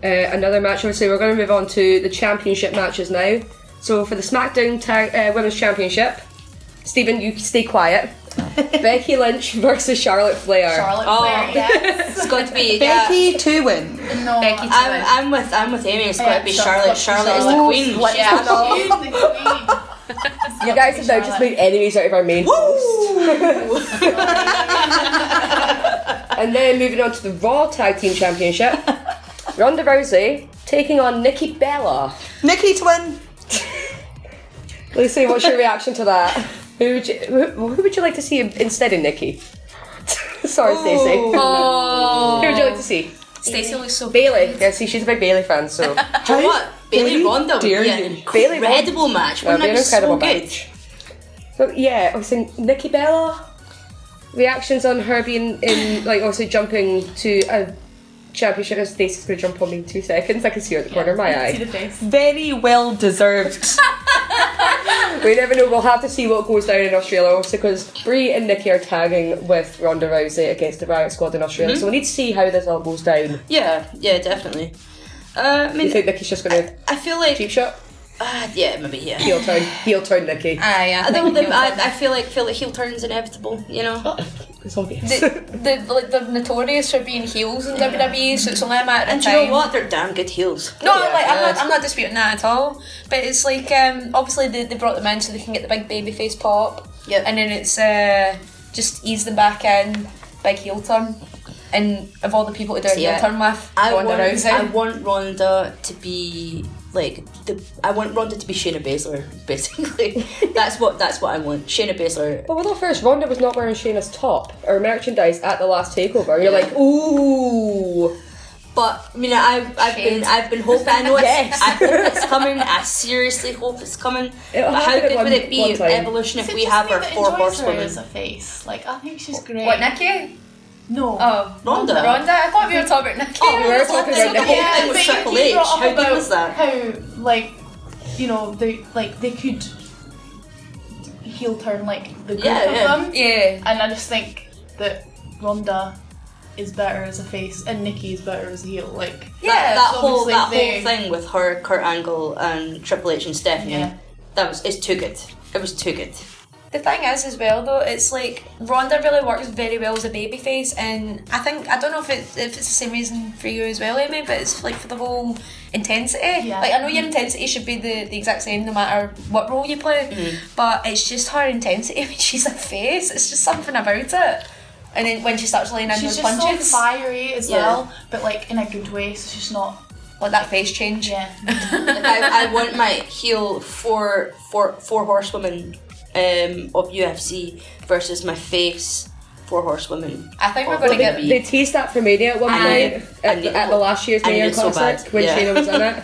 B: Uh, another match. Obviously, we're going to move on to the championship matches now. So for the SmackDown Tag uh, Women's Championship, Stephen, you stay quiet. Becky Lynch versus Charlotte Flair.
H: Charlotte
D: Oh.
H: Flair, yeah.
D: It's got to be. Yeah.
G: Becky to win.
H: no,
E: Becky to
D: I'm, I'm with I'm with Amy. It's got to be
H: Yeah,
D: Charlotte. Charlotte is the
H: Charlotte.
D: queen. She's
H: yeah,
D: the-
H: she's the queen.
B: You guys have now just made enemies out of our main host. and then moving on to the Raw Tag Team Championship, Ronda Rousey taking on Nikki Bella.
G: Nikki to win.
B: Lucy, what's your reaction to that? Who would you, who, who would you like to see instead of Nikki? Sorry, Stacey. Who would you like to see?
E: Stacey looks so
B: Bailey. Yeah, see, she's a big Bailey fan, so
D: Do you know what? Bailey
G: dare
D: Ronda would be
G: you.
D: an
B: Bayley
D: incredible match.
B: that'd
D: Wouldn't
B: be an
D: that be so
B: incredible
D: good?
B: match. So yeah, obviously Nikki Bella. Reactions on her being in like also jumping to a championship. Now, Stacey's gonna jump on me in two seconds. I can see her at the corner of my
H: See
B: eye.
H: the face.
G: Very well deserved.
B: We never know. We'll have to see what goes down in Australia, also because Brie and Nikki are tagging with Ronda Rousey against the Riot Squad in Australia. So we need to see how this all goes down.
D: Yeah, yeah, definitely. Uh, I
B: You
D: mean,
B: think Nikki's just gonna
D: I feel like
B: cheap shot?
D: uh, yeah, maybe yeah.
B: Heel turn, heel turn, Nikki.
E: Aye, I
D: I,
E: think
D: don't know,
E: he'll
D: I,
E: win.
D: I feel like feel like heel turns inevitable. You know,
B: It's obvious.
E: they, they, like, they're notorious for being heels in WWE, so it's only a matter of
D: and do
E: time.
D: you know what? They're damn good heels.
E: No, like, I'm, not, I'm not disputing that at all. But it's like, um, obviously, they, they brought them in so they can get the big baby face pop.
D: Yep.
E: And then it's uh, just ease them back in, big heel turn. And of all the people to do a heel
D: Yeah.
E: turn with,
D: I
E: Ronda
D: want
E: Rousey.
D: I want Ronda to be like the I want Ronda to be Shayna Baszler basically. that's what that's what I want. Shayna Baszler.
B: But with our first, Ronda was not wearing Shayna's top or merchandise at the last takeover. You're like, ooh.
D: But I mean, I've I've been I've been hoping. I know it's,
B: Yes.
D: I hope it's coming. I seriously hope it's coming.
B: It'll
D: but how
B: happen at
D: good would
B: one-
D: it be
B: one
D: if
B: time.
D: Evolution if
H: Is it
D: we
H: just
D: have
H: me
D: our
H: that
D: four
H: enjoys her as
D: horsewomen?
H: a face. Like I think she's great.
E: what, Nikki?
H: No.
E: Oh.
D: Ronda.
E: Ronda? I thought we were talking about Nikki.
D: Oh,
B: We were talking about
D: The
B: that.
D: whole thing with
H: but you
D: Triple
H: keep
D: H.
H: brought up
D: How good
H: about
D: was that?
H: How like you know they like they could heel turn like the group
D: Yeah,
H: of
D: yeah.
H: them,
E: Yeah.
H: and I just think that Ronda is better as a face and Nikki is better as a heel. Like
E: Yeah,
D: that
H: so
D: whole
H: obviously
D: that
H: they-
D: whole thing with her, Kurt Angle, and Triple H and Stephanie.
H: Yeah.
D: That was it's too good. It was too good.
E: The thing is, as well though, it's like Ronda really works very well as a babyface, and I think I don't know if it, if it's the same reason for you as well, Amy, but it's like for the whole intensity.
H: Yeah.
E: Like I know your intensity should be the, the exact same no matter what role you play,
H: Mm-hmm.
E: but it's just her intensity when she's a face. It's just something about it. And then when she starts laying in those
H: she's just
E: punches,
H: so fiery as
D: Yeah.
H: well, but like in a good way. So she's not.
E: like that face change.
H: Yeah.
D: Like, I, I want my heel four four four horsewomen um, of UFC versus my face four horsewomen.
E: I think we're
D: of
E: gonna get-
D: WWE.
B: They teased that for Mania at one
D: I-
B: point
D: I
B: at,
D: need-
B: at the last year's
D: I need
B: Mania
D: it so
B: concert
D: bad.
B: when
D: Yeah.
B: Shayna was in it.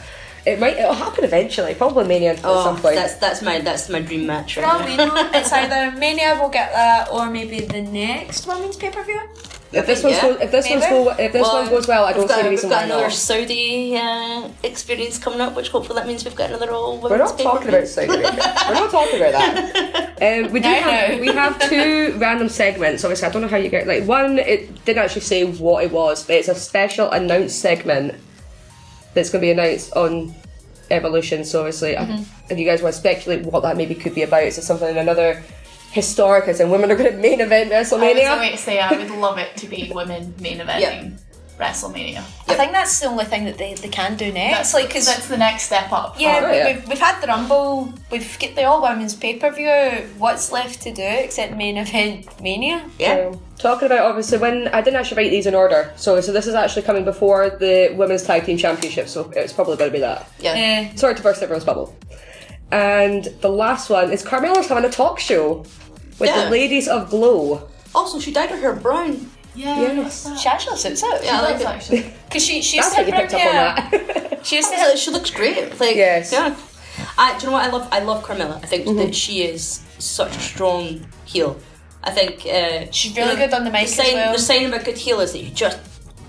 B: It might. It'll happen eventually. Probably Mania at
D: Oh,
B: some point.
D: that's that's my that's my dream match.
E: For all
D: Right
E: we
D: now.
E: know, it's either Mania will get that, or maybe the next women's pay per view.
B: If this one's
D: Yeah.
B: go, if this one's
E: Maybe.
B: go, if this one
D: Well,
B: goes well, I don't
D: We've
B: see
D: got,
B: any
D: we've
B: reason
D: got
B: why
D: another
B: not.
D: Saudi uh, experience coming up, which hopefully that means we've got another all
B: We're
D: women's
B: not talking about Saudi Arabia. We're not talking about that. Um, we do
E: No,
B: have
E: no.
B: we have two random segments. Obviously, I don't know how you get like one. It didn't actually say what it was, but it's a special announced segment that's going to be announced on Evolution. So obviously, I- if you guys want to speculate what that maybe could be about, is it something in another historic? As in, women are going to main event
H: I was
B: WrestleMania?
H: going to say I would love it to be women main eventing WrestleMania.
E: I think that's the only thing that they, they can do next.
H: That's
E: like 'cause
H: that's the next step up.
E: yeah,
B: Oh, yeah.
E: We've, we've had the Rumble, we've got the all women's pay per view. What's left to do except main event Mania?
D: Yeah.
B: So, talking about obviously when I didn't actually write these in order, so so this is actually coming before the women's tag team championship, so it's probably going to be that.
D: Yeah.
E: Eh,
B: Sorry to burst everyone's bubble. And the last one is Carmella's having a talk show with
D: Yeah.
B: the ladies of Glow.
D: Also, she dyed her hair brown.
H: Yeah,
B: Yes.
H: what's
E: she
H: that?
E: actually suits it.
D: Yeah, I like
H: That's
D: it.
H: actually.
E: Because she, she used
B: That's
E: to
B: what you
E: have
B: picked
E: brown hair.
B: up on that.
E: She used to
D: Yeah,
E: have
D: she looks great. Like
B: Yes.
D: yeah. I, do you know what I love? I love Carmella. I think that she is such a strong heel. I think uh,
E: She's really good on the mic
D: The
E: as
D: sign,
E: well.
D: the sign of a good heel is that you just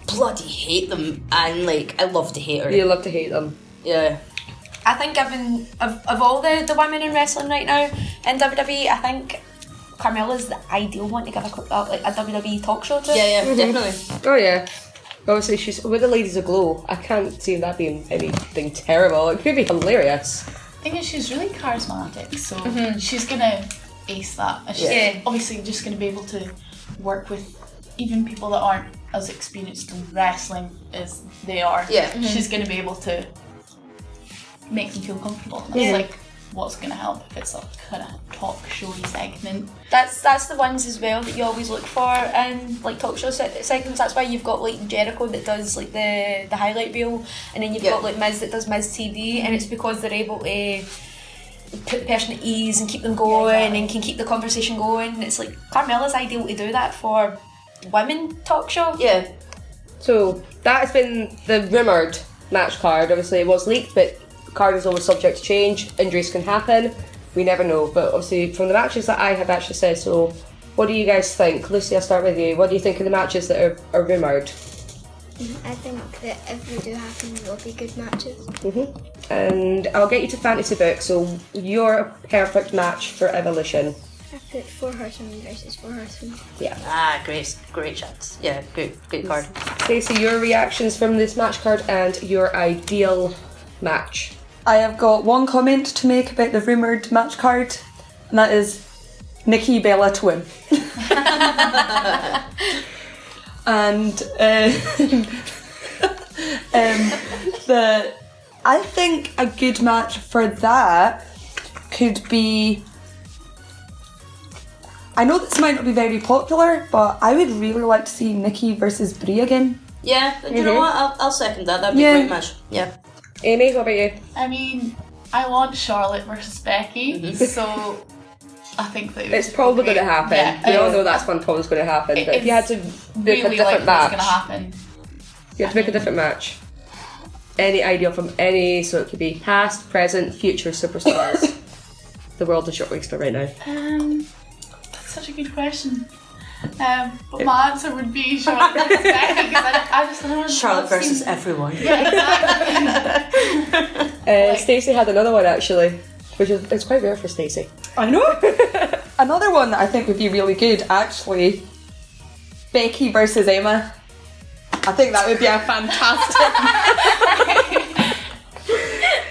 D: bloody hate them, and like I love to hate her.
B: You love to hate them.
D: yeah.
E: I think I've been of, of all the, the women in wrestling right now in WWE, I think Carmella's the ideal one to give a, co- uh, like a WWE talk show to.
D: Yeah, yeah, definitely.
B: Oh yeah. Obviously, she's with the ladies of Glow. I can't see that being anything terrible. It could be hilarious.
H: The thing is, she's really charismatic, so
B: Mm-hmm.
H: she's gonna ace that. And she's
E: Yeah.
H: obviously just gonna be able to work with even people that aren't as experienced in wrestling as they are.
D: Yeah.
H: she's gonna be able to make them feel comfortable. That's like what's gonna help if it's a kind of talk showy segment.
E: That's that's the ones as well that you always look for in like talk show se- segments. That's why you've got like Jericho that does like the, the highlight reel, and then you've
D: Yeah.
E: got like Miz that does Miz TV, and it's because they're able to put the person at ease and keep them going and can keep the conversation going. It's like Carmella's ideal to do that for women talk show.
D: Yeah.
B: So that has been the rumoured match card. Obviously, it was leaked, but card is always subject to change. Injuries can happen. We never know. But obviously, from the matches that I have actually said, so what do you guys think? Lucy, I'll start with you. What do you think of the matches that are, are rumoured?
F: I think that if they do happen, it will be good matches.
B: And I'll get you to fantasy book. So you're a perfect match for evolution.
F: I put four horsemen versus four horsemen.
D: Ah, great, great chance. Yeah, great, great card.
B: Stacey, your reactions from this match card and your ideal match.
G: I have got one comment to make about the rumoured match card, and that is Nikki Bella to win. and uh, um, the I think a good match for that could be. I know this might not be very popular, but I would really like to see Nikki versus Brie again.
D: Yeah, do you know what? I'll, I'll second that. That'd be
G: Yeah.
D: a great match. Yeah.
B: Amy, what about you?
H: I mean, I want Charlotte versus Becky, so I think that it
B: Mm-hmm. It's
H: would be
B: probably going to
H: great.
B: happen.
H: Yeah, um,
B: we all
H: it's
B: know that's one probably going to happen. But if you had to pick
H: really
B: a different
H: likely it's
B: match,
H: gonna happen.
B: you have to pick a different match. Any ideal from any, so it could be past, present, future superstars. the world is your oyster right now.
H: Um, that's such a good question. Um, but my answer would be Charlotte versus Becky because I, I just don't
D: Charlotte versus everyone.
B: Uh, Stacey had another one actually, which is it's quite rare for Stacey.
G: I know. Another one that I think would be really good, actually, Becky versus Emma. I think that would be a fantastic.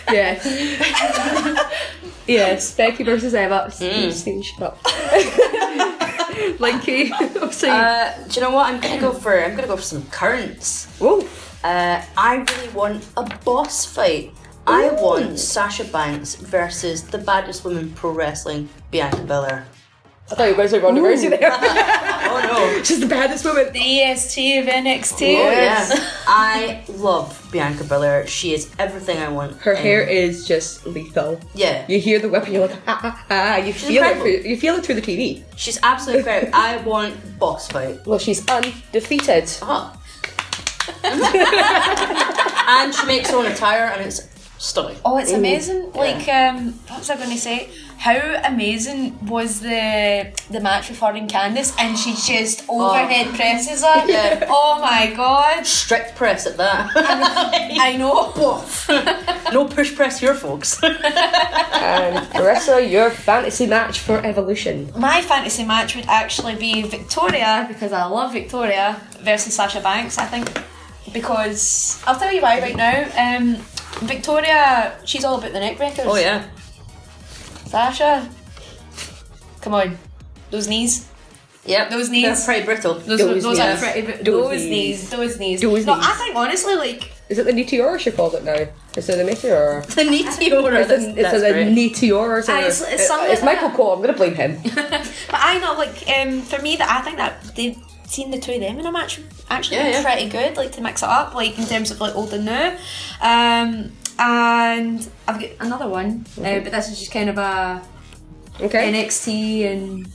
B: Yes. yes, Becky versus Emma.
G: Hmm.
B: Stacey, shut up. Linky, I'm saying.
D: Uh, do you know what? I'm gonna go for. I'm gonna go for some currents.
B: Whoa.
D: Uh, I really want a boss fight. I want Sasha Banks versus the baddest woman pro wrestling, Bianca Belair.
B: I thought you were going to say Ronda Rousey there.
D: Oh no!
B: She's the baddest woman.
E: The EST of NXT.
D: Oh, yeah. I love Bianca Belair. She is everything I want.
B: Her
D: in-
B: hair
G: Hmm.
B: is just lethal.
D: Yeah.
B: You hear the whip and you're like, ah, ah, ah. You feel it.
D: incredible.
B: Through, you feel it through the TV.
D: She's absolutely great. I want boss fight.
B: Well, she's undefeated.
D: Ah. and she makes her own attire, and it's stunning.
E: Oh, it's amazing! Like, um, what was I going to say? How amazing was the the match with her and Candice, and she just
D: Oh.
E: overhead presses her.
D: Yeah.
E: Oh my god!
D: Strict press at that.
E: I know.
D: no push press here, folks.
B: And Marissa, your fantasy match for Evolution.
E: My fantasy match would actually be Victoria because I love Victoria versus Sasha Banks. I think because I'll tell you why right now. Um, Victoria, she's all about the neck breakers.
D: Oh yeah.
E: Sasha, come on, those knees,
D: Yep.
E: those
D: They're
E: knees.
D: pretty brittle.
E: Those,
B: Those knees.
E: those, are pretty, but
B: Those
E: those, knees, those knees.
B: Those
E: no, I
B: knees.
E: think honestly, like
B: Is it the meteor or she calls it now? Is it the meteor?
D: The meteor.
B: It's, a, it's a meteor.
E: Ah, it's- it's
B: it's,
E: something
B: it's
E: like
B: Michael
E: that.
B: Cole. I'm gonna blame him.
E: But I know, like, um, for me, that I think that they've seen the two of them in a match actually
D: Yeah, yeah.
E: pretty good, like to mix it up, like in terms of like old and new. Um, and I've got another one, uh, but this is just kind of a
B: Okay.
E: NXT and.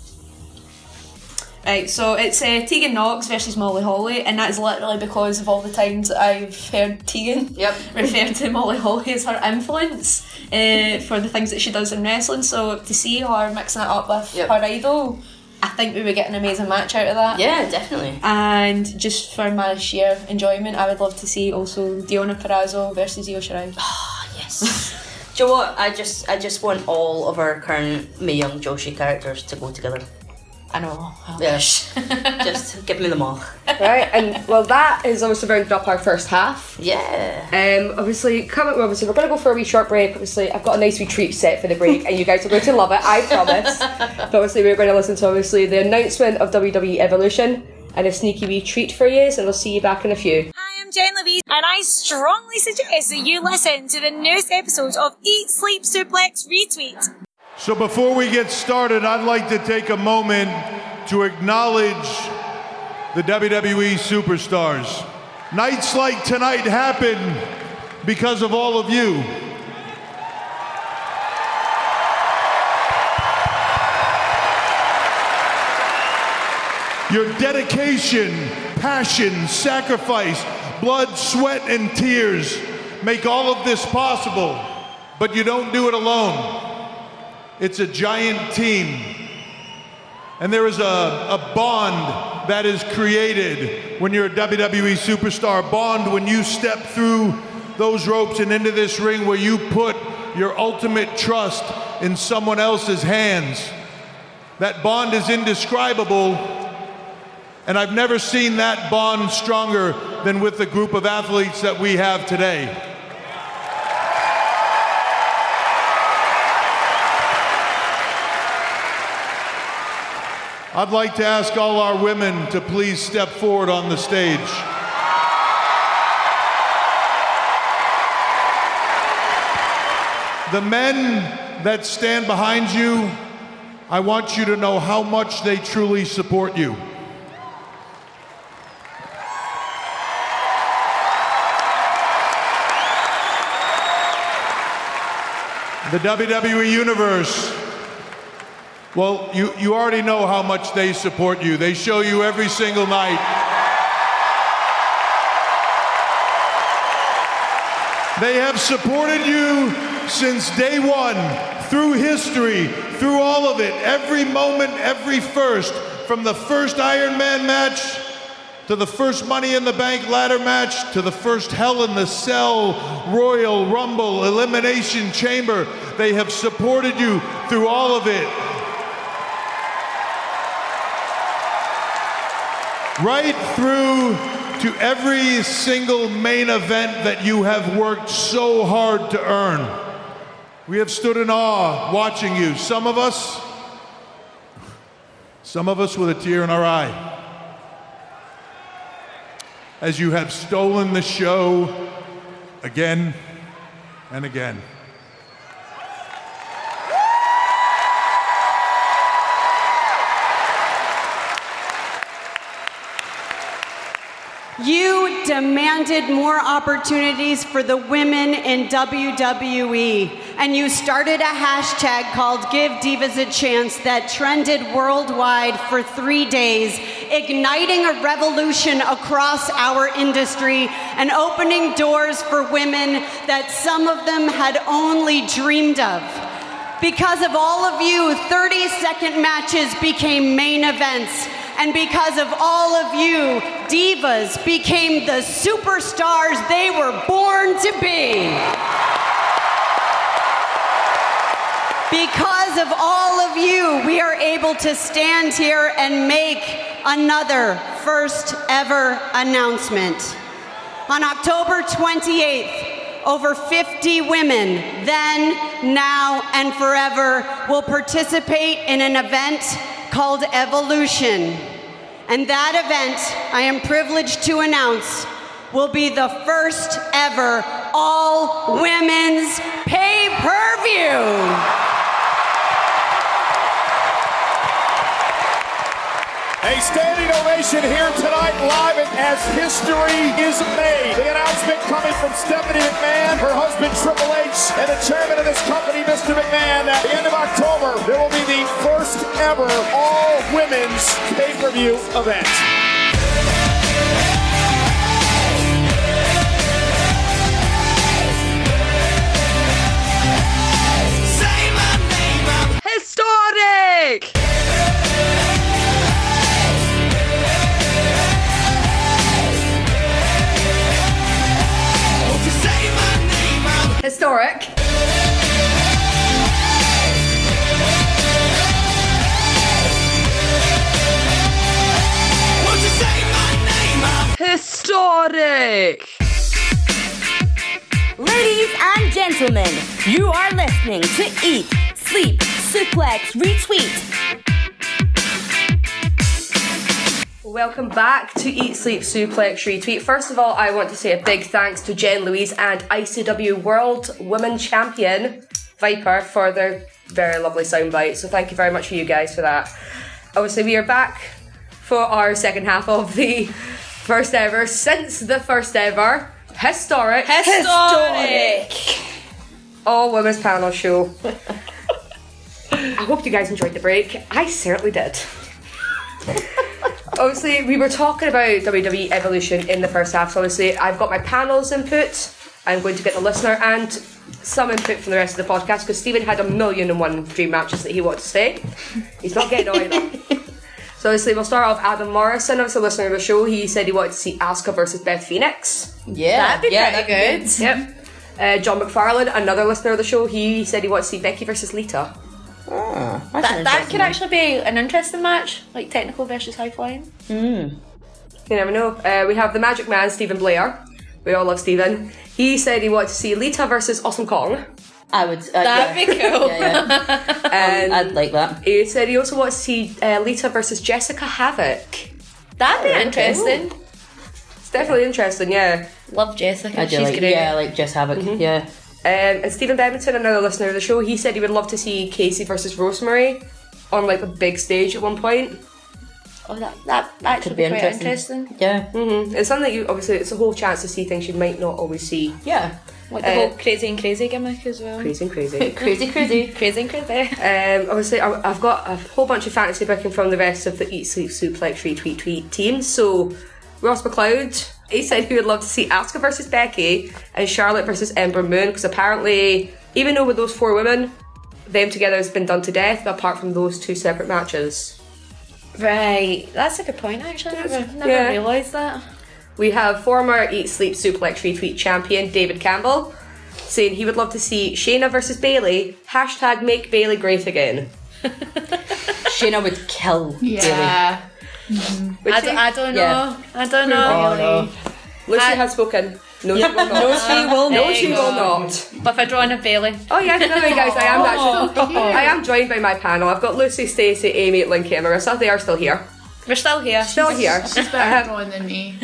E: Right, so it's uh, Tegan Knox versus Molly Holly, and that's literally because of all the times that I've heard Tegan
D: Yep.
E: refer to Molly Holly as her influence uh, for the things that she does in wrestling. So to see her mixing it up with
D: Yep.
E: her idol, I think we would get an amazing match out of that.
D: Yeah, definitely.
E: And just for my sheer enjoyment, I would love to see also Diona Perazzo versus Io Shirai.
D: Yes. Do you know what? I just I just want all of our current Mae Young Joshi characters to go together.
E: I know. I
D: Yeah.
E: wish.
D: Just give me them all.
B: right. And well, that is obviously rounded up our first half.
D: Yeah.
B: Um, obviously, coming well, obviously, we're going to go for a wee short break. Obviously, I've got a nice wee treat set for the break, and you guys are going to love it, I promise. but obviously, we're going to listen to obviously the announcement of WWE Evolution and a sneaky wee treat for you, and we'll see you back in a few.
A: Hi, I'm Jane Levy, and I strongly suggest that you listen to the newest episode of Eat, Sleep, Suplex, Retweet.
I: So before we get started, I'd like to take a moment to acknowledge the WWE superstars. Nights like tonight happen because of all of you. Your dedication, passion, sacrifice, blood, sweat, and tears make all of this possible, but you don't do it alone. It's a giant team. And there is a, a bond that is created when you're a WWE superstar, a bond when you step through those ropes and into this ring where you put your ultimate trust in someone else's hands. That bond is indescribable, and I've never seen that bond stronger than with the group of athletes that we have today. I'd like to ask all our women to please step forward on the stage. The men that stand behind you, I want you to know how much they truly support you. The WWE Universe well, you, you already know how much they support you. They show you every single night. They have supported you since day one, through history, through all of it, every moment, every first, from the first Iron Man match to the first Money in the Bank ladder match, to the first Hell in the Cell Royal Rumble Elimination Chamber. They have supported you through all of it. Right through to every single main event that you have worked so hard to earn. We have stood in awe watching you. Some of us, some of us with a tear in our eye as you have stolen the show again and again.
H: You demanded more opportunities for the women in WWE, and you started a hashtag called Give Divas a Chance that trended worldwide for three days, igniting a revolution across our industry and opening doors for women that some of them had only dreamed of. Because of all of you, 30 second matches became main events. And because of all of you, divas became the superstars they were born to be. Because of all of you, we are able to stand here and make another first ever announcement. on October 28th. Over 50 women, then, now, and forever, will participate in an event called Evolution. And that event, I am privileged to announce, will be the first ever all women's pay per view.
J: A standing ovation here tonight, live and as history is made. The announcement coming from Stephanie McMahon, her husband Triple H, and the chairman of this company, Mr. McMahon. At the end of October, there will be the first ever all women's pay per view event.
B: Historic! Historic. Historic!
D: Ladies and gentlemen, you are listening to Eat, Sleep, Suplex, Retweet.
B: Welcome back to Eat Sleep Suplex Retweet. First of all, I want to say a big thanks to Jen Louise and ICW World Women Champion Viper for their very lovely soundbite. So thank you very much for you guys for that. Obviously, we are back for our second half of the first ever, since the first ever, historic,
D: Historic.
B: all women's panel show. I hope you guys enjoyed the break. I certainly did. obviously, we were talking about WWE Evolution in the first half, so obviously, I've got my panel's input. I'm going to get the listener and some input from the rest of the podcast because Stephen had a million and one dream matches that he wanted to say. He's not getting all of them. So obviously, we'll start off Adam Morrison, obviously, listener of the show. He said he wanted to see Asuka versus Beth Phoenix.
D: Yeah,
B: That'd be
D: yeah,
B: pretty
D: that'd be
B: good. Yep. Uh, John McFarlane, another listener of the show, he said he wants to see Becky versus Lita.
E: That, that could actually be an interesting match, like technical versus high flying.
B: You never know. Uh, we have the Magic Man, Stephen Blair. We all love Stephen. He said he wanted to see Lita versus Awesome Kong.
D: I would. Uh,
E: That'd
D: yeah.
E: be cool.
D: Yeah, yeah.
B: Um, And
D: I'd like that.
B: he said he also wants to see uh, Lita versus Jessica Havoc.
E: That'd be interesting.
B: It's definitely interesting, yeah.
E: Love Jessica.
D: I do
E: She's
D: like,
E: great.
D: yeah, I like Jess Havoc. Yeah,
B: Um, and Stephen Bemington, another listener of the show, he said he would love to see Casey versus Rosemary on like a big stage at one point.
E: Oh, that that that could
D: be
E: be quite
D: interesting.
E: interesting.
D: yeah,
B: hmm It's something that you obviously it's a whole chance to see things you might not always see.
D: yeah.
E: Like the
B: Uh,
E: whole crazy and crazy gimmick as well.
B: Crazy, and crazy.
D: Crazy,
E: Mm-hmm.
D: crazy.
E: Crazy and crazy.
B: Um, obviously, I- I've got a whole bunch of fantasy booking from the rest of the Eat Sleep Suplex Retweet Tweet team. So, Ross McLeod, he said he would love to see Asuka versus Becky and Charlotte versus Ember Moon because apparently, even though with those four women, them together has been done to death, apart from those two separate matches.
E: Right, that's a good point actually. I never, never
B: yeah.
E: realised that.
B: We have former Eat Sleep Suplex Retweet champion David Campbell saying he would love to see Shayna versus Bailey. Hashtag make Bailey great again.
D: Shayna would kill.
K: Yeah.
B: Which
E: I don't, I don't know.
D: Yeah.
E: I don't know.
B: Lucy has spoken. No, she will not.
D: No, she will not.
B: No, she will not.
E: But if I draw in a Bailey,
B: Oh yeah, no, guys, I am
E: Oh,
B: actually. I am joined by my panel. I've got Lucy, Stacey, Amy, Linky, and Marissa. They are still here.
E: we're still here.
B: Still here.
K: She's better going than me.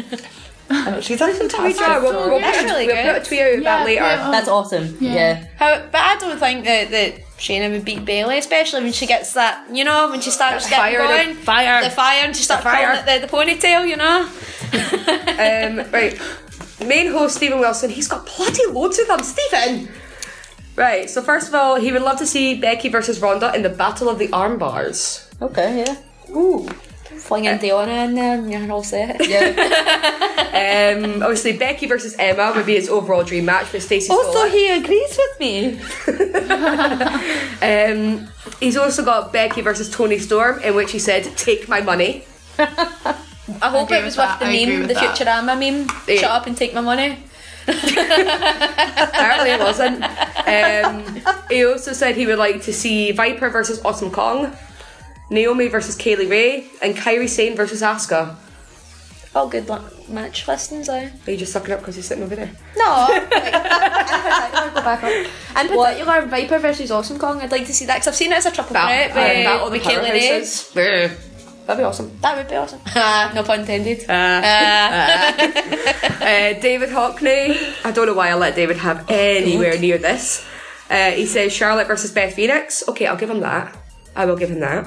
L: She's done some
B: We try. We'll, we'll,
E: That's
B: put,
E: really
B: we'll
E: good.
B: put a tweet out about later.
K: yeah,
D: That's awesome. Yeah.
E: How, but I don't think that, that Shayna would beat Bailey, especially when she gets that, you know, when she starts getting
B: fire in her-
E: going, fire, the fire, and she starts
B: fire.
E: pulling the, the ponytail, you know.
B: Um, right. Main host Stephen Wilson. He's got bloody loads of them, Stephen. Right. So first of all, he would love to see Becky versus Ronda in the Battle of the Arm Bars.
D: Okay. Yeah.
B: Ooh. Eh.
E: Fling in Diana in there, and you're all set.
D: Yeah.
B: Um. Obviously, Becky versus Emma would be his overall dream match, but Stacey's got it.
D: he agrees with me.
B: Um, he's also got Becky versus Tony Storm, in which he said, "Take my money."
E: I hope
K: agree
E: it was
K: with
E: with
K: that,
E: the
K: I agree
E: meme,
K: with
E: the
K: that.
E: Futurama meme.
B: Yeah.
E: Shut up and take my money.
B: Apparently, it wasn't. Um, he also said he would like to see Viper versus Awesome Kong, Naomi versus Kaylee Ray, and Kyrie Sane versus Asuka.
C: All good luck match listings though.
B: Are you just sucking up because he's sitting over there?
C: No. like, I'll go back up. In particular, Viper versus Awesome Kong. I'd like to see that because I've seen it as a triple threat. But that
B: and that
C: um,
B: on
C: would
B: Um, the
C: be Kelly Ray.
B: powerhouses. That'd be awesome.
C: That would be awesome. no pun intended. Ah.
B: Uh, David Hockney. I don't know why I let David have anywhere near this. Uh, he says Charlotte versus Beth Phoenix. Okay, I'll give him that. I will give him that.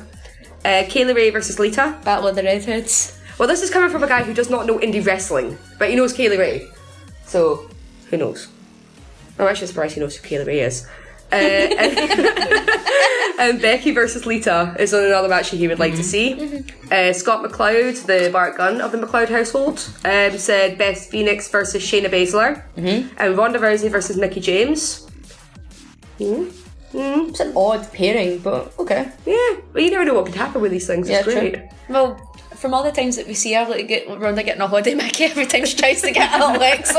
B: Uh, Kaylee Ray versus Lita.
C: Battle of the Redheads.
B: Well, this is coming from a guy who does not know indie wrestling, but he knows Kaylee Ray. So, who knows? I'm actually surprised he knows who Kaylee Ray is. Uh, and, and Becky versus Lita is another match that he would like
H: Mm-hmm.
B: to see. Uh, Scott McLeod, the Bart Gunn of the McLeod household, um, said Best Phoenix versus Shayna Baszler,
H: Mm-hmm.
B: and Ronda Rousey versus Mickey James. Mm. Mm.
D: It's an odd pairing, but okay.
B: Yeah, well, you never know what could happen with these things. It's
D: Yeah, true.
B: great.
C: Well, from all the times that we see her, like get Ronda getting a holiday Mickey every time she tries to get an Alexa.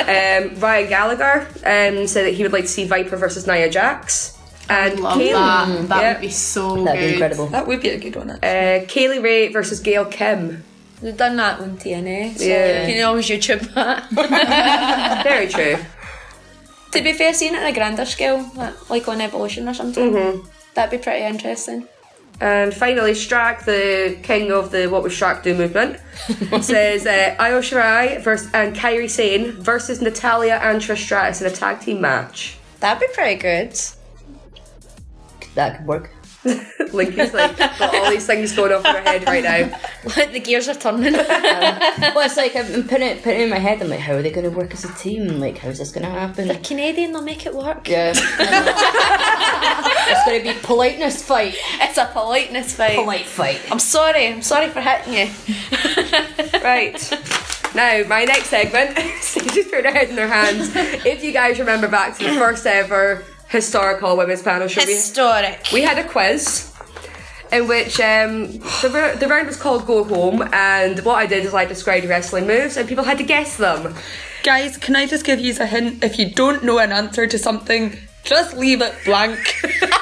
B: Um, Ryan Gallagher um, said that he would like to see Viper versus Nia Jax. And
H: Love
B: Kaylee,
H: that. That
B: yeah.
H: would be so
D: That'd
H: good.
D: be incredible.
E: That would be a good one. actually.
B: Uh, Kaylee Ray versus Gail Kim.
C: They've done that on TNA, so
B: Yeah.
C: you can always YouTube that.
B: Very true.
C: to be fair, seeing it on a grander scale, like- like on Evolution or something, that'd be pretty interesting.
B: And finally, Strack, the king of the What Would Strack Do movement, says uh, Io Shirai versus, and Kairi Sane versus Natalia and Trish Stratus in a tag team match.
C: That'd be pretty good.
D: That could work.
B: Linky's like, got all these things going off in her head right now.
C: the gears are turning.
D: Well, it's like I'm putting it, putting it in my head. I'm like, how are they going to work as a team? Like, how's this going to happen?
C: Canadian, they'll make it work.
D: Yeah. it's going to be politeness fight.
C: It's a politeness fight.
D: Polite fight.
C: I'm sorry, I'm sorry for hitting you.
B: Right. Now, my next segment, Stacey's put her head in her hands. If you guys remember back to the first ever historical women's panel show, we,
C: Historic.
B: we had a quiz in which um, the, ro- the round was called Go Home, and what I did is I described wrestling moves, and people had to guess them.
G: Guys, can I just give you a hint? If you don't know an answer to something, just leave it blank.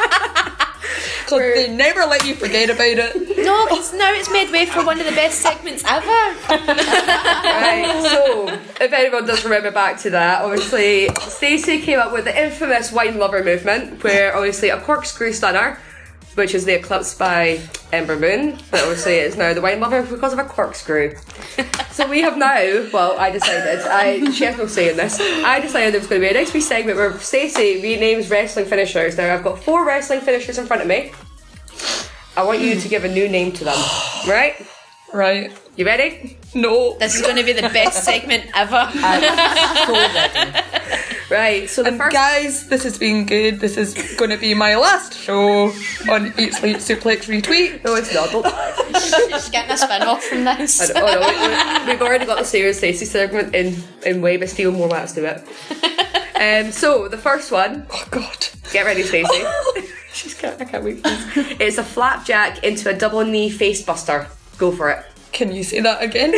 G: Because they never let you forget about it.
C: No, it's now it's made way for one of the best segments ever.
B: Right, so if anyone does remember back to that, obviously Stacey came up with the infamous wine lover movement, where obviously a corkscrew stunner, which is the eclipse by Ember Moon, but obviously it's now the wine lover because of a corkscrew. So we have now, well, I decided, I she has no say in this. I decided there was going to be a next wee segment where Stacey renames wrestling finishers. Now I've got four wrestling finishers in front of me. I want you to give a new name to them, right?
G: Right.
B: You ready?
G: No.
C: this is going to be the best segment ever.
B: Right. So the
G: And
B: first
G: guys, this has been good. This is going to be my last show on Eat Sleep Suplex Retweet.
B: No, it's not. Don't lie.
C: She's getting a spin off from
B: I
C: this.
B: don't- oh, no, we, we, have already got the serious Stacey segment in, in way, but steal more laughs to it. Um, so, the first one,
G: Oh, God.
B: get ready, Stacey. She's can't, I can't wait for this. It's a flapjack into a double knee face buster. Go for it.
G: Can you say that again?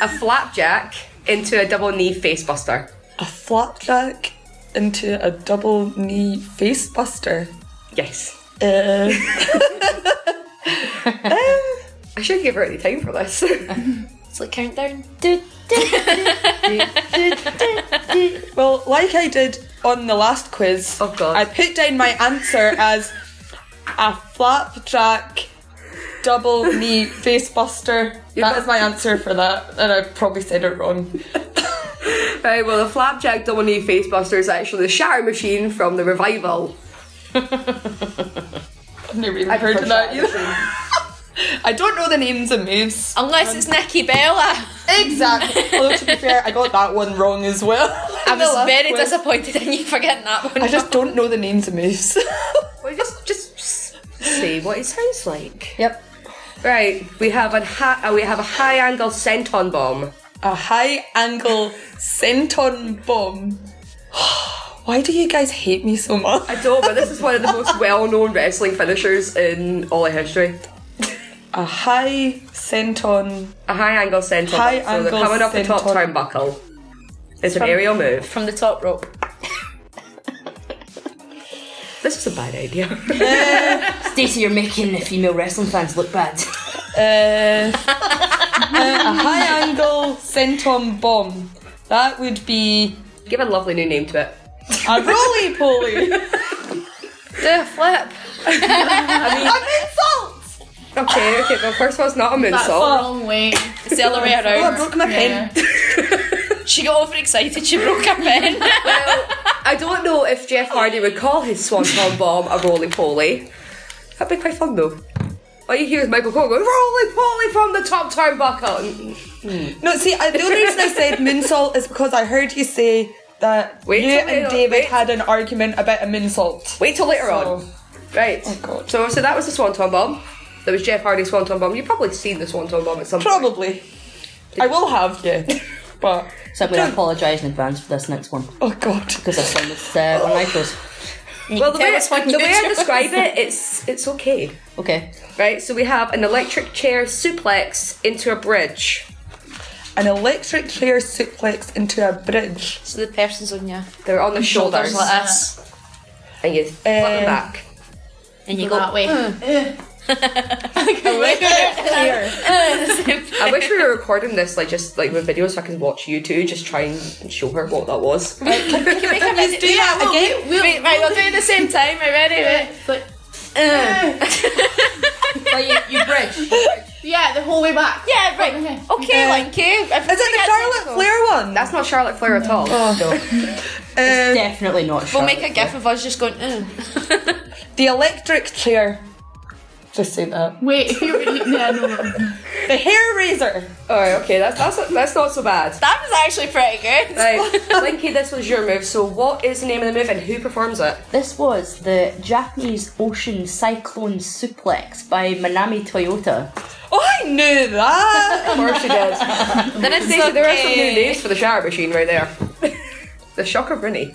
B: A flapjack into a double knee face buster.
G: a flapjack into a double knee face buster.
B: Yes.
G: Uh, um,
B: I should give her any time for this.
C: It's like countdown.
G: well, like I did on the last quiz,
B: Oh, God.
G: I put down my answer as a flapjack double knee face buster. That is my answer for that, and I probably said it wrong.
B: right, well, the flapjack double knee face buster is actually the shatter machine from the revival.
G: I've never even heard of that either. I don't know the names of moves.
E: Um,
C: Unless it's Nikki Bella.
G: Exactly. Although to be fair, I got that one wrong as well.
C: I
G: The
C: was
G: last
C: very
G: quiz.
C: disappointed in you for getting that one.
G: I just don't know the names of moves.
B: Well, just, just see what it sounds like.
D: Yep.
B: Right, we have a ha- uh, we have a high angle senton bomb.
G: a high angle senton bomb. Why do you guys hate me so much?
B: I don't, but this is one of the most well known wrestling finishers in all of history.
G: A high senton.
B: A high angle senton.
G: High
B: bomb. so they're
G: angle
B: coming off the top
G: senton.
B: turnbuckle. It's an aerial move.
C: from the top rope.
B: This was a bad idea.
D: Stacey, you're making the female wrestling fans look bad.
G: Uh, a high angle centom bomb. That would be
B: Give a lovely new name to it.
G: a roly poly.
B: Do a flip. I mean, okay, okay. The first one's not a
H: That's the
B: moonsault.
H: wrong way.
B: It's the other way
G: Oh, I
B: around.
G: broke my pen.
H: Yeah.
C: She got overexcited, she broke her pen.
B: Well, I don't know if Jeff Hardy would call his swanton bomb a roly poly. That'd be quite fun though. All you hear is Michael Cole going roly poly from the top turnbuckle.
G: No, see, I, the only reason I said moonsault is because I heard you say that
B: Wait
G: you
B: till later,
G: and David
B: wait.
G: had an argument about a moonsault.
B: Wait till later on.
G: So-
B: Right.
C: Oh,
G: God.
B: So, so that was the swanton bomb. That was Jeff Hardy's swanton bomb. You've probably seen the swanton bomb at some point.
G: Probably. I will have, yeah. But,
D: So I'm going to apologise in advance for this next one
G: oh god.
D: because I've seen this uh, on Nitros.
B: Well, the way,
C: us when
B: the
C: you
B: way I
C: chose.
B: describe it, it's it's okay.
D: Okay.
B: Right. So we have an electric chair suplex into a bridge.
G: An electric chair suplex into a bridge.
C: so the person's on your
B: They're on the shoulders,
C: shoulders like Uh, this.
B: and you flip them
G: Um,
B: back.
C: And you
H: Go
C: go,
H: that way.
B: I wish we were recording this like just like with video so I could watch you two just try and show her what that was.
G: Please do that again.
C: Wait, right, we'll do it at the same time, are you ready? Wait.
H: Yeah, the whole way back.
C: Yeah, right. Okay, okay Linky.
G: Is it the Charlotte Flair one?
B: That's not Charlotte Flair at all.
C: Oh.
G: Uh,
D: Definitely not.
C: We'll
D: Charlotte.
C: make a gif of us just going, "Mm." "Ugh."
G: the electric chair. Just say that.
H: Wait, if you yeah, no, no.
G: The hair razor.
B: Alright, Oh, okay, that's that's that's not so bad.
C: That was actually pretty good.
B: Right, Linky, this was your move. So, what is the name of the move and who performs it?
D: This was the Japanese Ocean Cyclone Suplex by Manami Toyota.
G: Oh, I knew that.
B: Of course she does. then it's Stacey, there are some new names for the shower machine right there. the shocker Rooney.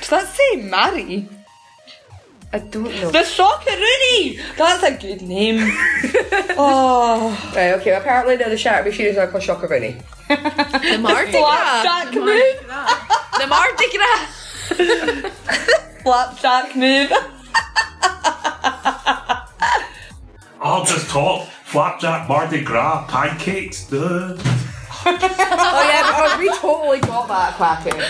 G: Does that say Mary?
B: I don't know.
G: The Shockeroonie. That's a good name. oh,
B: Right, okay, well, apparently now the shower machine is now called shocker Rooney.
C: The Mardi Gras.
G: flapjack move.
C: The Mardi Gras.
G: Flapjack move.
M: I'll just talk. Flapjack, Mardi Gras, pancakes, duh.
B: Oh yeah, because we totally got that, Quacko.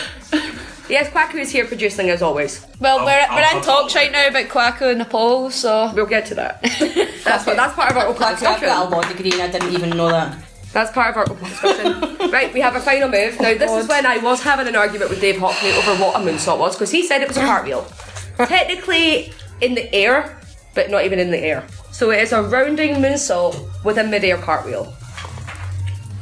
B: Yes, Quacko is here producing as always.
C: Well, we're,
M: I'll-
C: we're in
M: I'll-
C: talks right now about Quacko and Nepal, so.
B: We'll get to that. That's what, that's part of
D: Oh,
B: our open
D: I've got a
B: discussion.
D: law degree and I didn't even know that.
B: That's part of our open discussion. right, we have a final move. Now, this is when I was having an argument with Dave Hockney over what a moonsault was because he said it was a cartwheel. Technically in the air, but not even in the air. So it is a rounding moonsault with a mid-air cartwheel.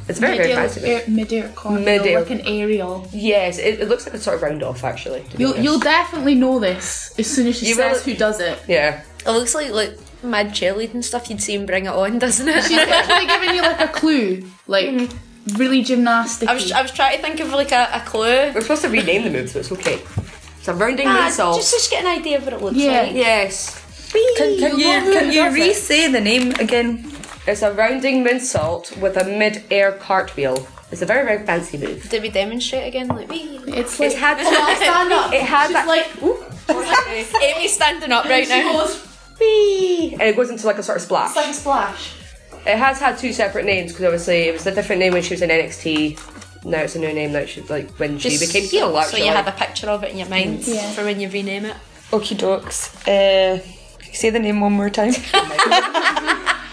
B: It's very, very fancy. move.
H: Mid-air, mid-air cartwheel,
B: Mid-air.
H: like an aerial.
B: Yes, it, it looks like a sort of round off actually. to be
H: You'll,
B: honest.
H: you'll definitely know this as soon as she
B: You
H: says
B: will-
H: who does it.
B: yeah.
C: It looks like like mad jellied and stuff. You'd see him bring it on, doesn't it?
H: She's literally giving you like a clue, like
B: Mm.
H: really gymnastic.
C: I was I was trying to think of like a, a clue.
B: We're supposed to rename the move, so it's okay. It's a rounding
H: Ah,
B: moonsault.
C: just just get an idea of what it looks
H: Yeah.
C: like.
B: Yes.
G: Can, can you can you re-say the name again?
B: It's a rounding moonsault with a mid-air cartwheel. It's a very, very fancy move.
C: Did we demonstrate again? Like wee.
H: it's
B: It had
H: like
B: stand up. It had that like
C: Amy's standing up right now.
B: and it goes into like a sort of splash.
H: like a splash.
B: It has had two separate names because obviously it was a different name when she was in NXT. Now it's a new name that she like when she became heel.
C: so
B: Actually,
C: you have a picture of it in your mind for when you rename it.
G: Okie dokes. Uh, say the name one more time.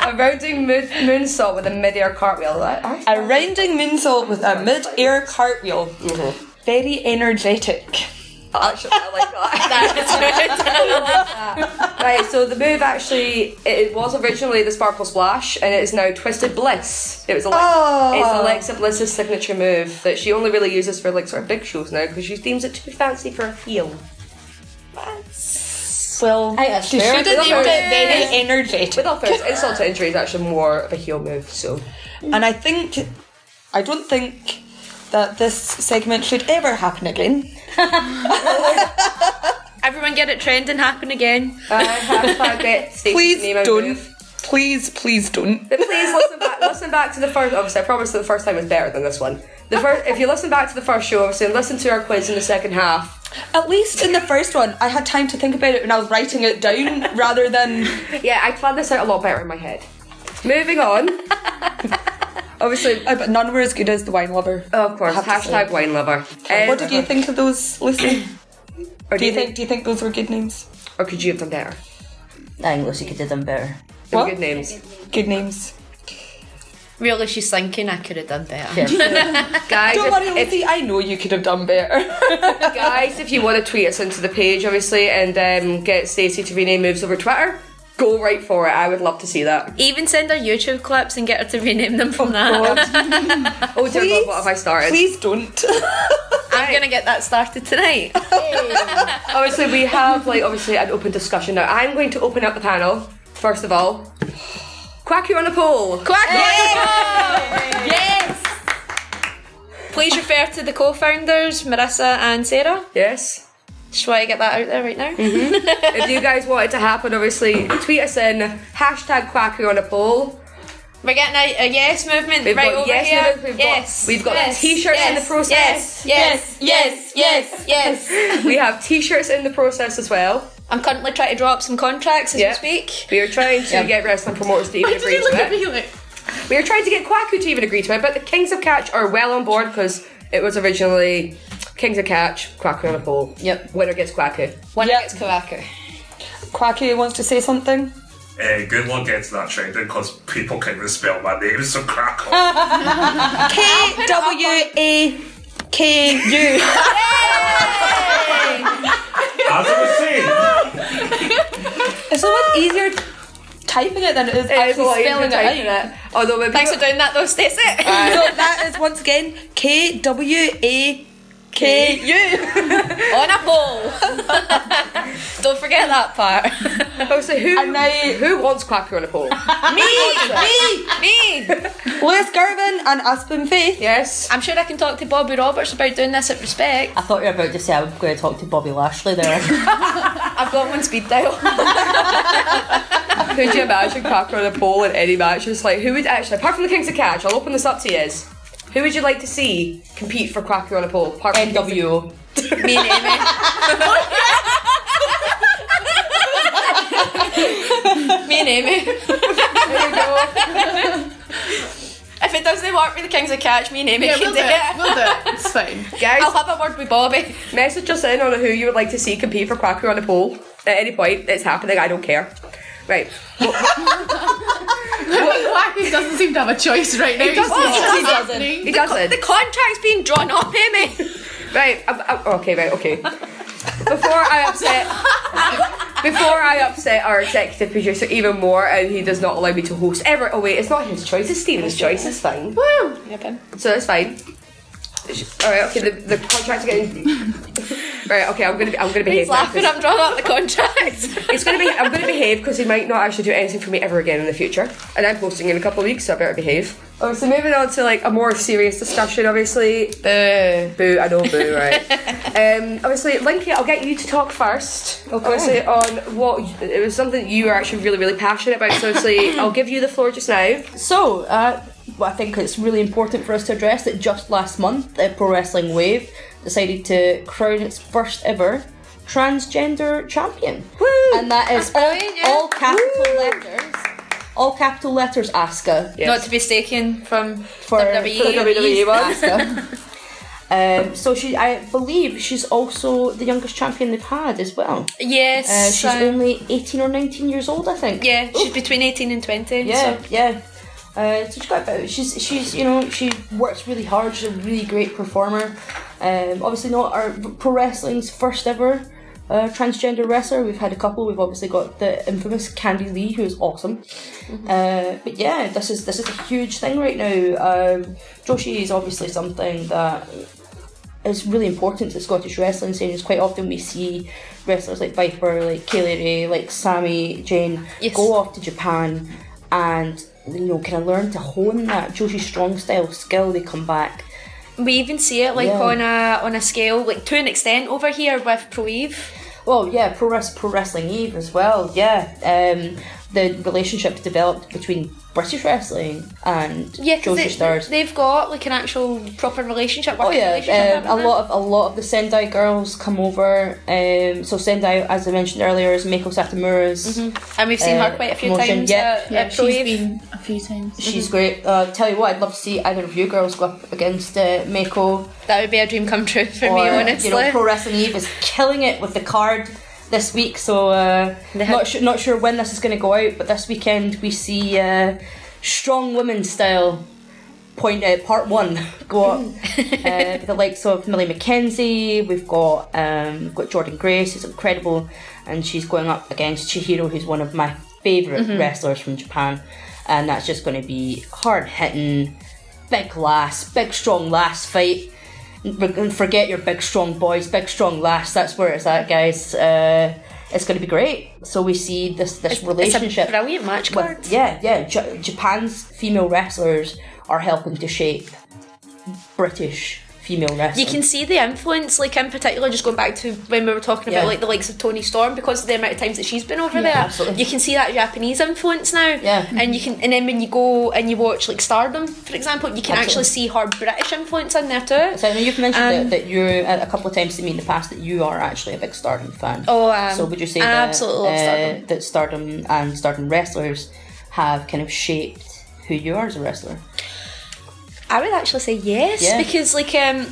B: a rounding moon moonsault with a mid-air cartwheel. That- I-
G: A rounding moonsault with a mid-air cartwheel. Very energetic.
B: Actually, I like that. right, so the move actually it was originally the Sparkle Splash, and it is now Twisted Bliss. It was Alexa,
G: Oh.
B: it's Alexa Bliss's signature move that she only really uses for like sort of big shows now because she deems it too fancy for a heel.
G: Well, she should have
B: With all
G: named
B: fairness-
G: it very energetic.
B: With all fairness, insult to injury is actually more of a heel move. So
G: And I think, I don't think that this segment should ever happen again.
C: Everyone get it trending happen again.
B: I have found it. Stacey's
G: Please
B: name and
G: don't.
B: move.
G: Please, please don't.
B: But please listen back. Listen back to the first. Obviously, I promise that the first time was better than this one. The first, if you listen back to the first show, obviously, and listen to our quiz in the second half.
G: At least in the first one, I had time to think about it when I was writing it down rather than.
B: Yeah, I planned this out a lot better in my head. Moving on. Obviously,
G: Uh, but none were as good as the wine lover.
B: Oh, of course. Hashtag wine lover. Um,
G: what did you think of those, Lucy?
B: Or
G: do you think? Do you think those were good names?
B: Or could you have done better?
D: I think Lucy could have done better.
B: They're good names.
G: Good names.
E: Really, she's thinking I could have done better.
B: Guys,
E: Don't
B: if-
E: worry,
B: if,
G: I know you could have done better.
B: guys, if you want to tweet us into the page, obviously, and um, get Stacey to rename moves over Twitter, go right for it. I would love to see that.
E: Even send her YouTube clips and get her to rename them from that.
B: oh dear God, what have I started?
G: Please don't.
E: I'm gonna get that started tonight.
B: obviously, we have like obviously an open discussion now. I'm going to open up the panel first of all. Quack you on a poll.
E: Quack Yes! Please refer to the co founders, Marissa and Sarah.
B: Yes.
E: Just want to get that out there right now.
B: if you guys want it to happen, obviously tweet us in hashtag quack you on a poll.
E: We're getting a, a yes movement
B: We've
E: right
B: got
E: over
B: yes
E: here.
B: movements, we've got- we've got
E: yes. yes,
B: t-shirts in
E: yes,
B: the process.
E: Yes. Yes. Yes. Yes. Yes.
B: we have t-shirts in the process as well.
E: I'm currently trying to draw up some contracts as we speak.
B: We are trying to
E: Yeah.
B: get wrestling promoters to even agree to it. We are trying to get Quacko to even agree to it, but the Kings of Catch are well on board because it was originally Kings of Catch, Quacko on a pole. Yep. Winner gets Quacko.
E: Winner gets Quacko.
G: Quacky wants to say something.
I: Eh, good luck getting that trending because people can misspell my name, so crack on.
G: K W A K U.
I: As I was saying,
G: It's so much easier typing it than it is
B: It's a
G: actually
B: lot easier
G: spelling it
B: typing
G: out.
B: it. Although when
E: Thanks for doing that though, Stacey.
G: so that is once again K W A K U.
E: On a pole. Don't forget that part.
B: Oh, so who who wants Quacko on a pole?
E: me, me, me.
G: Liz Garvin and Aspen Faith.
B: Yes.
E: I'm sure I can talk to Bobby Roberts about doing this at respect.
D: I thought you were about to say I'm going to talk to Bobby Lashley there.
E: I've got one speed dial.
B: Could you imagine Quacko on a pole in any match? It's like who would actually apart from the Kings of Catch, I'll open this up to you. Who would you like to see compete for Quacko on a pole? Apart from NWO.
E: me and Amy. me and Amy. If it doesn't work with the Kings of Catch, me and Amy
H: Yeah,
E: can
H: we'll
E: do
H: do it.
E: it.
H: We'll do it. It's fine.
B: Guys,
E: I'll have a word with Bobby.
B: Message us in on who you would like to see compete for Quacko on a pole at any point. It's happening. I don't care. Right.
H: Wacky doesn't seem to have a choice right now.
B: He doesn't.
H: He's just
B: He doesn't.
H: listening.
B: He doesn't.
E: The contract's being drawn up, eh, Amy.
B: Right. I'm, I'm- okay. Right. Okay. Before I upset, before I upset our executive producer even more, and he does not allow me to host ever. Oh wait, it's not his choice. It's Stephen's choice. It's fine. Woo. So it's fine. All right. Okay. The, the contract's getting. right. Okay. I'm gonna. be- I'm gonna behave.
E: He's
B: now, 'cause-
E: laughing. I'm drawing up the contract.
B: It's gonna be. I'm gonna behave because he might not actually do anything for me ever again in the future. And I'm posting in a couple of weeks, so I better behave. Oh, so moving on to like a more serious discussion. Obviously, boo, boo. I know, boo. Right. um, obviously, Linky, I'll get you to talk first. Obviously, on what it was something you were actually really, really passionate about. So, obviously, I'll give you the floor just now.
D: So, uh, well, I think it's really important for us to address that just last month, uh, Pro Wrestling Wave decided to crown its first ever transgender champion. And that is all, all capital letters. All capital letters, Asuka.
E: Not to be E, mistaken from
D: For,
E: WWE.
D: for E the WWE
E: Uh,
D: one. Asuka. Um, so she, I believe, she's also the youngest champion they've had as well.
E: Yes.
D: Uh, she's
E: so-
D: only 18 or 19 years old, I think.
E: yeah, she's between 18 and 20.
D: Yeah,
E: so-
D: yeah. Uh, so she's got about. She's she's you know she works really hard. She's a really great performer. Um, obviously not our pro wrestling's first ever uh, transgender wrestler. We've had a couple. We've obviously got the infamous Candy Lee, who is awesome. Uh, but yeah, this is this is a huge thing right now. Um, Joshi is obviously something that is really important to Scottish wrestling scene. It's quite often we see wrestlers like Viper, like Kaylee Ray, like Sammy Jane go off to Japan and you know kind of learn to hone that Joshi strong style skill. They come back.
E: We even see it like
D: Yeah.
E: on a on a scale, like to an extent over here with Pro Eve.
D: Well, yeah, pro, wrest- pro wrestling Eve as well. Yeah, um, the relationships developed between British wrestling and
E: Yeah, 'cause
D: Joshi
E: they,
D: Stars.
E: they've got like an actual proper relationship.
D: Oh
E: Working
D: yeah,
E: relationship
D: um, a lot of a lot of the Sendai girls come over. Um, so Sendai, as I mentioned earlier, is Miko
E: Mm-hmm.
D: Satomura's,
E: And we've seen her quite a few
D: promotion.
E: times uh,
D: Yeah,
E: at- Yeah, at she's Brave. been
H: a few times.
D: She's great. Uh, tell you what, I'd love to see either of you girls go up against uh, Mako.
E: That would be a dream come true for
D: or,
E: me, honestly.
D: You know, Pro Wrestling Eve is killing it with the card this week, so uh, not su- not sure when this is going to go out, but this weekend we see uh, strong women style point uh, part one go up uh, with the likes of Millie McKenzie. We've got um, we've got Jordan Grace, who's incredible, and she's going up against Chihiro, who's one of my favorite
N: Mhm.
D: wrestlers from Japan, and that's just going to be hard hitting, big lass, big strong lass fight. Re- Forget your big strong boys, big strong lass. That's where it's at, guys. Uh, it's going to be great. So we see this this relationship.
E: brilliant match
D: with- yeah, yeah. Ja- Japan's female wrestlers are helping to shape British female wrestling.
E: You can see the influence, like in particular, just going back to when we were talking
D: Yeah.
E: about like the likes of Tony Storm, because of the amount of times that she's been over
D: Yeah,
E: there.
D: absolutely.
E: You can see that Japanese influence now. Yeah. And you can, and then when you go and you watch like Stardom, for example, you can actually see her British influence in there too.
D: So I know you've mentioned
E: Um,
D: that, that you're a a couple of times to me in the past that you are actually a big Stardom fan.
E: Oh, I am.
D: so would you say
E: I
D: that, uh,
E: absolutely love Stardom.
D: that Stardom and Stardom wrestlers have kind of shaped who you are as a wrestler?
E: I would actually say yes
D: Yeah.
E: because like um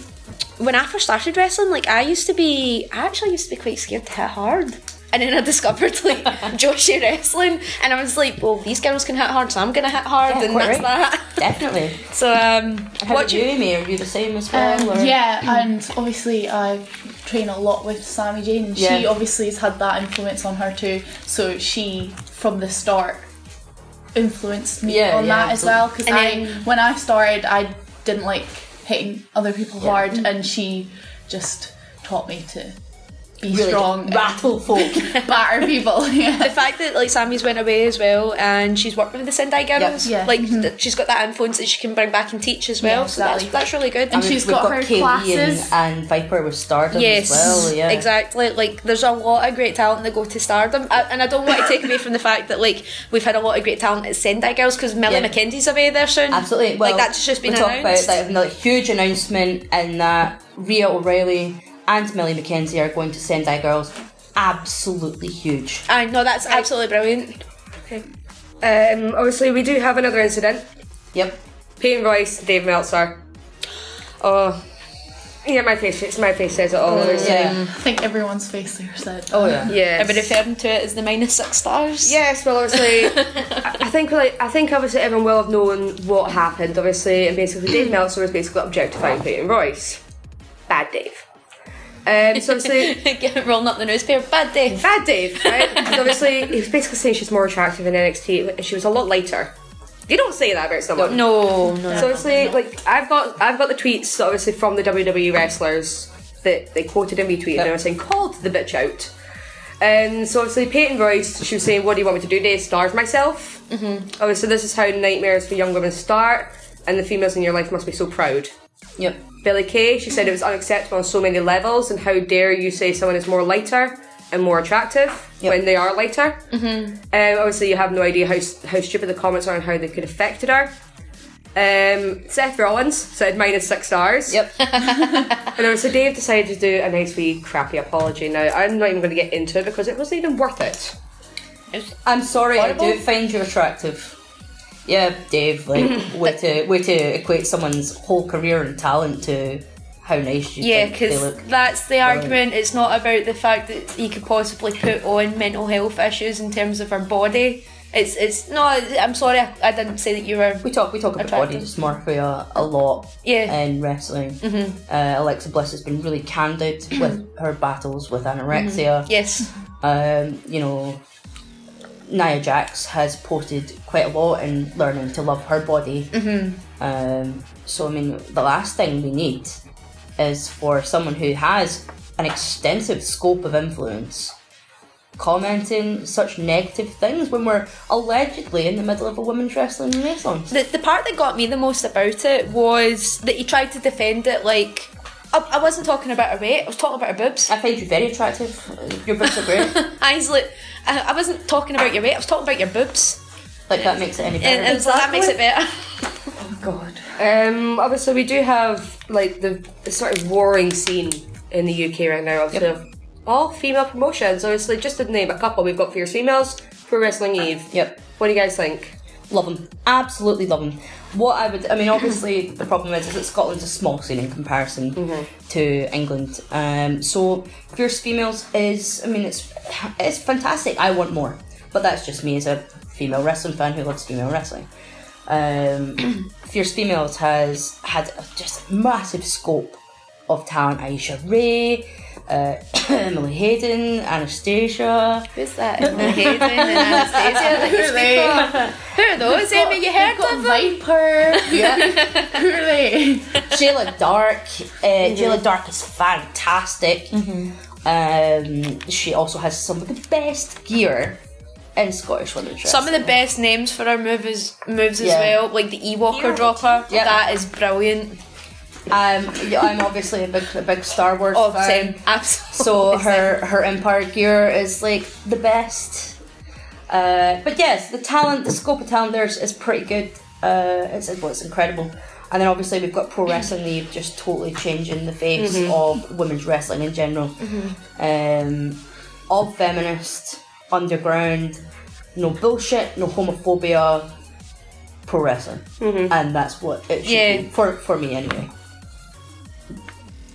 E: when I first started wrestling, like I used to be I actually used to be quite scared to hit hard. And then I discovered like Joshi wrestling and I was like, well these girls can hit hard, so I'm gonna hit hard
D: Yeah,
E: and that's
D: quite right.
E: that.
D: Definitely.
E: So um
D: How
E: what
D: about
E: do
D: you, Amy? Are you the same as well?
H: Um,
D: or-
H: yeah, and obviously I train a lot with Sammy Jane, and she
D: Yeah.
H: obviously has had that influence on her too. So she, from the start, influenced me
O: Yeah,
H: on
O: yeah,
H: that as well. Because
O: absolutely.
H: I,
O: And then-
H: when I started, I didn't like hitting other people
O: Yeah.
H: hard,
O: Mm.
H: and she just taught me to be
E: Really
H: strong,
D: rattle folk,
H: batter people. Yeah.
E: The fact that like Sammy's went away as well, and she's worked with the Sendai girls,
H: Yeah.
E: like th- she's got that influence that she can bring back and teach as well.
D: Yeah,
E: so that's,
D: exactly.
E: that's really good.
D: I mean, we've Kaylee And, and Viper with Stardom
E: yes,
D: as well. Yeah,
E: exactly. Like, there's a lot of great talent that go to stardom, I, and I don't want to take away from the fact that like we've had a lot of great talent at Sendai Girls because Millie
D: Yeah.
E: McKenzie's away there soon.
D: Absolutely. Well,
E: like that's just been
D: we talk
E: announced.
D: about like, another huge announcement in that Rhea O'Reilly and Millie McKenzie are going to Sendai Girls. Absolutely huge.
E: I know that's absolutely brilliant.
B: Um, obviously, we do have another incident.
D: Yep.
B: Peyton Royce, Dave Meltzer. Oh, yeah, my face. It's my face says it all. obviously.
H: I think everyone's face there said.
B: Oh, yeah. Yes.
E: I've been referring to it as the minus six stars.
B: Yes, well, obviously, I I think like I think obviously everyone will have known what happened, obviously, and basically Dave Meltzer was basically objectifying Peyton Royce. Bad Dave. Um, so obviously,
E: rolling up the newspaper, bad Dave.
B: Bad Dave, right? 'Cause obviously, he was basically saying she's more attractive in NXT, and she was a lot lighter. They don't say that about someone.
E: No, no.
B: So obviously, like I've got I've got the tweets obviously from the WWE wrestlers that they quoted and retweeted, and I was saying called the bitch out. Um, so obviously Peyton Royce, she was saying, "What do you want me to do today? Starve myself?" Mm-hmm. Obviously, this is how nightmares for young women start, and the females in your life must be so proud.
D: Yep.
B: Billy Kay, she said it was unacceptable on so many levels, and how dare you say someone is more lighter and more attractive when they are lighter?
E: Mm-hmm.
B: Um, obviously, you have no idea how, how stupid the comments are and how they could have affected her. Um, Seth Rollins said minus six stars. Yep. and obviously, Dave decided to do a nice wee crappy apology. Now, I'm not even going to get into it because it wasn't even worth it.
D: I'm sorry, I do
B: Horrible.
D: find you attractive. Yeah, Dave. Like, way to way to equate someone's whole career and talent to how nice you
E: Yeah,
D: think they
E: because
D: look.
E: that's the
D: Right.
E: argument. It's not about the fact that you could possibly put on mental health issues in terms of her body. It's it's no. I'm sorry, I, I didn't say that you were.
D: We talk we talk about body dysmorphia a lot
E: Yeah.
D: in wrestling.
E: Mhm.
D: Uh, Alexa Bliss has been really candid with her battles with anorexia.
E: Mhm. Yes.
D: Um, you know, Nia Jax has posted quite a lot in learning to love her body.
E: Mhm.
D: Um, so, I mean, the last thing we need is for someone who has an extensive scope of influence commenting such negative things when we're allegedly in the middle of a women's wrestling renaissance.
E: The, the part that got me the most about it was that he tried to defend it like. I, I wasn't talking about her weight, I was talking about her boobs.
D: I find you very attractive. Your boobs are great.
E: I was like, I, I wasn't talking about your weight, I was talking about your boobs.
D: Like that makes it any better.
E: And, and so that makes it better.
B: Um, obviously, we do have like the, the sort of warring scene in the UK right now. Obviously, of all female promotions. Obviously, just to name a couple, we've got Fierce Females, Pro Wrestling Eve.
D: Yep.
B: What do you guys think?
D: Love them. Absolutely love them. What I would, I mean, obviously the problem is, is that Scotland's a small scene in comparison to England. Um, so Fierce Females is, I mean, it's it's fantastic. I want more, but that's just me as a female wrestling fan who loves female wrestling. Um, Fierce Females has had a just massive scope of talent. Aisha Ray, uh, Emily Hayden, Anastasia.
E: Who's that? Emily Hayden and Anastasia that you
H: Who are they?
E: speak of. Who are those,
H: We've got-
E: Amy? You heard
H: we've got
E: of them?
H: Viper. Who are they?
D: Jayla Dark. Uh,
E: Mm-hmm.
D: Jayla Dark is fantastic. Um, she also has some of the best gear in Scottish women's wrestling.
E: Some of the best names for our moves, moves as
D: Yeah.
E: well, like the Ewalker dropper.
D: Yeah.
E: That is brilliant.
D: Um, yeah, I'm obviously a big, a big Star Wars
E: Oh,
D: fan.
E: same. Absolutely.
D: So her her Empire gear is like the best. Uh, but yes, the talent, the scope of talent there is, is pretty good. Uh, it's well, it's incredible. And then obviously we've got pro wrestling. They've just totally changing the face
B: Mhm.
D: of women's wrestling in general. um, all feminist, underground, no bullshit, no homophobia, pro wrestling, and that's what it should
E: Yeah.
D: be for for me anyway.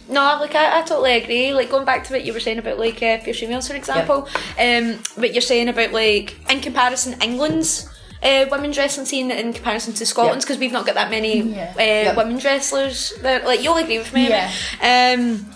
E: No, like I, I totally agree. Like going back to what you were saying about like uh, fierce females, for example. Um, what you're saying about like in comparison, England's uh, women's wrestling scene in comparison to Scotland's because we've not got that many
H: Yeah.
E: uh, women's wrestlers. There. Like you'll agree with me.
H: Yeah.
E: Yeah. Um,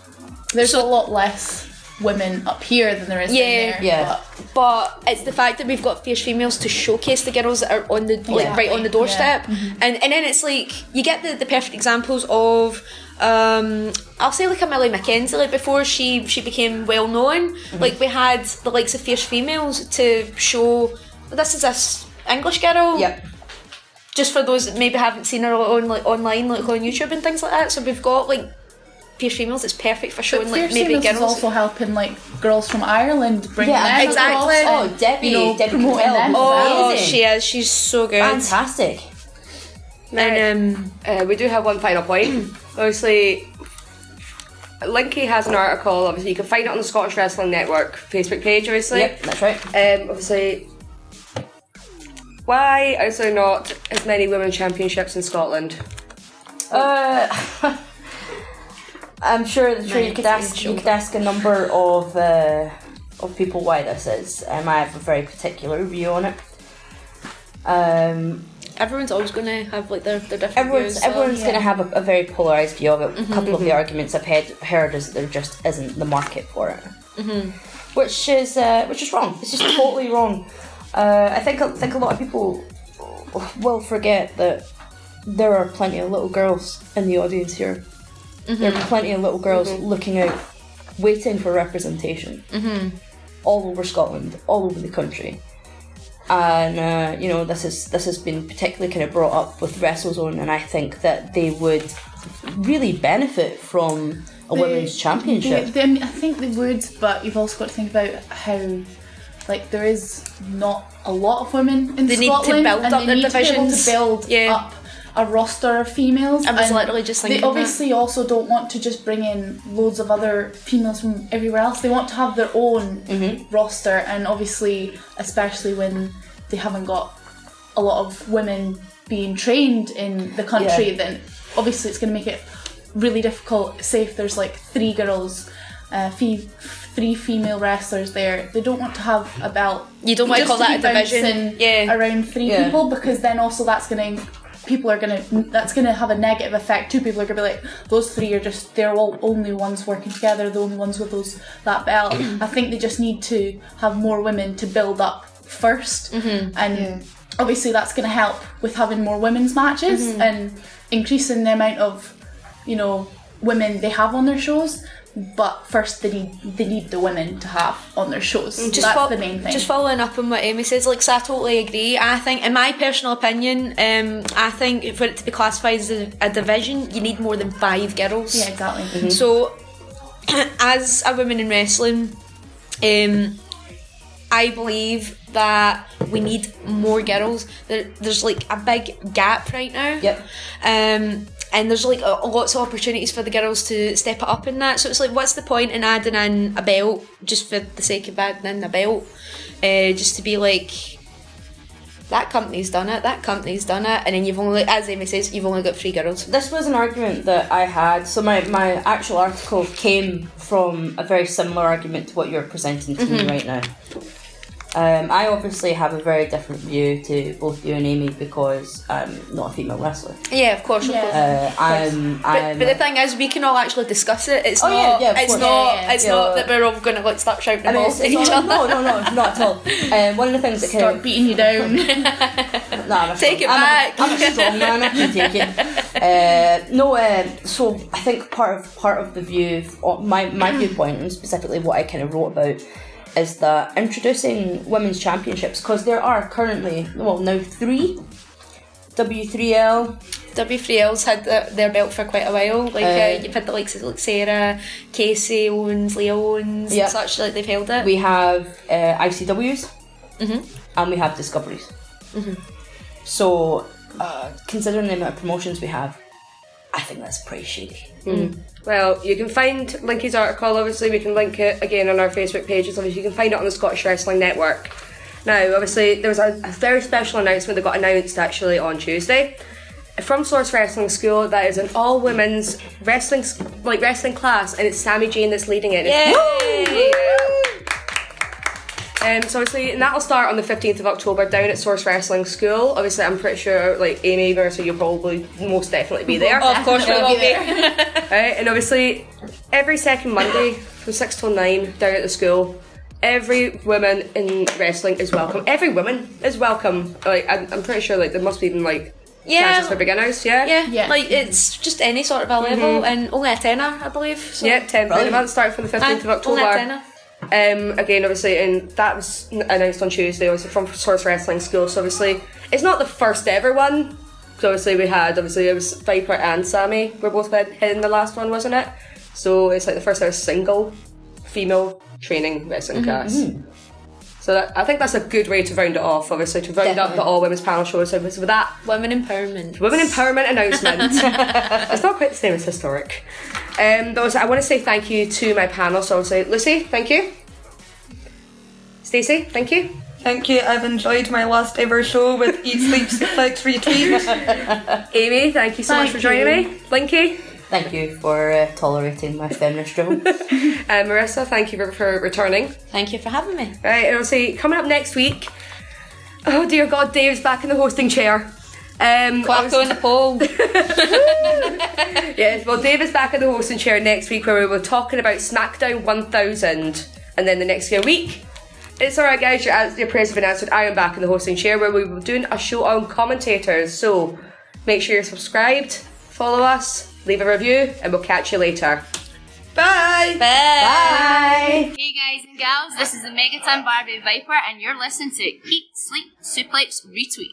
H: There's a lot less women up here than there is down
E: yeah,
H: there.
E: But it's the fact that we've got fierce females to showcase the girls that are on the like
H: Oh, Yeah.
E: right on the doorstep,
H: Yeah. Mhm.
E: and and then it's like you get the, the perfect examples of. Um, I'll say like a Millie McKenzie, like before she she became well known,
H: Mm-hmm.
E: like we had the likes of fierce females to show "Oh, this is a s- English girl.
D: Yep.
E: Just for those that maybe haven't seen her on like online, like on YouTube and things like that. So we've got like fierce females. It's perfect for showing like
H: Fierce
E: maybe
H: Females
E: girls.
H: is also helping like girls from Ireland bring
E: Yeah,
H: them
E: exactly.
H: across,
E: Oh, Debbie-
H: you know,
E: Debbie
H: promoting
E: Patel,
H: them.
E: Oh, she is. She's so good.
D: Fantastic.
E: And um,
B: uh, we do have one final point. obviously, Linky has an article. Obviously, you can find it on the Scottish Wrestling Network Facebook page. Obviously,
D: Yep, that's right.
B: Um, obviously, why is there not as many women championships in Scotland?
D: Uh, I'm sure, sure you could ask you could ask a number of uh, of people why this is. Um, I have a very particular view on it. Um,
E: everyone's always going to have like their, their different
D: everyone's
E: views, so-
D: everyone's going to have a, a very polarized view of it.
E: Mhm,
D: a couple of the
E: mhm.
D: arguments I've had, heard is that there just isn't the market for it,
E: Mhm.
D: which is uh, which is wrong. It's just totally wrong. Uh, I think I think a lot of people will forget that there are plenty of little girls in the audience here. There are plenty of little girls looking out, waiting for representation
H: Mm-hmm.
D: all over Scotland, all over the country. And uh, you know this is this has been particularly kind of brought up with WrestleZone, and I think that they would really benefit from a
H: They-
D: women's championship.
H: they- they- I mean, I think they would, but you've also got to think about how, like, there is not a lot of women in
E: They need to
H: Scotland,
E: build
H: and
E: up
H: they
E: their
H: need
E: divisions.
H: to be able to build
E: Yeah.
H: up a roster of females.
E: I was
H: and
E: literally just
H: They
E: thinking that.
H: obviously also don't want to just bring in loads of other females from everywhere else. They want to have their own
E: Mm-hmm.
H: roster, and obviously, especially when they haven't got a lot of women being trained in the country,
D: Yeah.
H: then obviously it's going to make it really difficult. Say if there's like three girls, uh, fe- three female wrestlers there, they don't want to have a belt.
E: You don't want to
H: just
E: call that
H: be
E: a division.
H: bouncing around three
E: Yeah.
H: people because then also that's going to people are going to that's going to have a negative effect too. People are going to be like those three are just they're all only ones working together, the only ones with those that belt.
E: Mm-hmm.
H: I think they just need to have more women to build up 1st
E: Mm-hmm.
H: and obviously that's going to help with having more women's matches
E: Mhm.
H: and increasing the amount of you know women they have on their shows but first they need they need the women to have on their shows that's
E: fo-
H: the main thing
E: Mm, Just following up on what Amy says, like, so I totally agree. I think, in my personal opinion, um, I think for it to be classified as a, a division, you need more than five girls.
H: Yeah, exactly.
E: Mm-hmm.
H: Mhm.
E: So, as a woman in wrestling, um, I believe that we need more girls. There, there's like a big gap right now. Yep. Um, and there's like a, lots of opportunities for the girls to step it up in that. So it's like, what's the point in adding in a belt just for the sake of adding in a belt? Uh, just to be like, that company's done it, that company's done it, and then you've only, as Amy says, you've only got three girls.
D: This was an argument that I had. So my, my actual article came from a very similar argument to what you're presenting to me
E: Mhm.
D: right now. Um, I obviously have a very different view to both you and Amy because I'm not a female wrestler.
E: Yeah, of course, of course.
D: Uh, I'm,
E: But,
D: I'm,
E: but the thing is, we can all actually discuss it. It's
D: Oh, yeah,
E: not.
D: yeah, of
E: it's
D: course.
E: not.
D: Yeah, yeah,
E: It's
D: yeah.
E: not that we're all going to like start shouting
D: I mean,
E: balls
D: it's,
E: at
D: it's
E: each
D: all,
E: other.
D: no, no, no, not at all. Um, one of the things that start
P: beating you down.
D: nah, I'm a
E: Take it
D: I'm a-
E: back.
D: I'm a strong man. I can take it. Uh, no, um, so I think part of part of the view, of my my viewpoint, and specifically what I kind of wrote about, is that introducing women's championships because there are currently well now three. W3L.
E: W3L's had their, their belt for quite a while. Like uh,
D: Uh,
E: you've had the likes of like Sarah, Casey Owens, Leah Owens,
D: Yeah.
E: and such. Like they've held it.
D: We have uh, ICWs
E: Mhm.
D: and we have discoveries.
E: Mhm.
D: So, uh, considering the amount of promotions we have, I think that's pretty shady.
B: Mm. Well, you can find Linky's article, obviously, we can link it again on our Facebook page, as obviously you can find it on the Scottish Wrestling Network. Now, obviously, there was a, a very special announcement that got announced actually on Tuesday from Source Wrestling School that is an all women's wrestling s- like wrestling class, and it's Sammy Jane that's leading it.
E: Yay!
B: Um, so obviously, and that'll start on the 15th of October down at Source Wrestling School. Obviously, I'm pretty sure, like Amy, so you'll probably most definitely be there.
E: Of course we will be.
B: Right, Uh, and obviously, every second Monday from 6 till 9 down at the school, every woman in wrestling is welcome. Every woman is welcome. Like, I'm, I'm pretty sure, like, there must be even, like,
E: Yeah.
B: classes for beginners, yeah?
E: yeah, Like it's just any sort of a level,
D: Mm-hmm.
B: Mhm.
E: and only a tenner, I believe. So.
B: Yeah, 10 for the month, starting from the 15th of
E: Aye,
B: October.
E: Only a tenner.
B: Um, again, obviously, and that was n- announced on Tuesday, obviously, from Source Wrestling School. So, obviously, it's not the first ever one. So, obviously, we had, obviously, it was Viper and Sammy were both head- heading the last one, wasn't it? So, it's like the first ever single female training wrestling
E: Mhm.
B: class.
E: Mhm.
B: So, that, I think that's a good way to round it off, obviously, to round up the all women's panel show. So, with that,
E: women empowerment.
B: Women empowerment announcement. it's not quite the same as historic. Um, but also, I want to say thank you to my panel. So I'll say, Lucy, thank you. Stacey, thank you.
G: Thank you. I've enjoyed my last ever show with Eat Sleep Suplex Retweet.
B: Amy, thank you so much for joining me. Linky.
D: Thank you for uh, tolerating my feminist drivel.
B: Um, Marissa, thank you for, for returning.
E: Thank you for having me.
B: Right, and I'll say, coming up next week, oh dear God, Dave's back in the hosting chair. Um, Quacko
E: in the poll.
B: yes, well, Dave is back in the hosting chair next week where we will be talking about SmackDown 1000. And then the next week, it's alright, guys, your, ans- your prayers have been answered. I am back in the hosting chair where we will be doing a show on commentators. So make sure you're subscribed, follow us, leave a review, and we'll catch you later.
G: Bye.
B: Bye.
A: Hey guys and gals, this is the Megaton Barbie Viper, and you're listening to Eat, Sleep, Suplex, Retweet.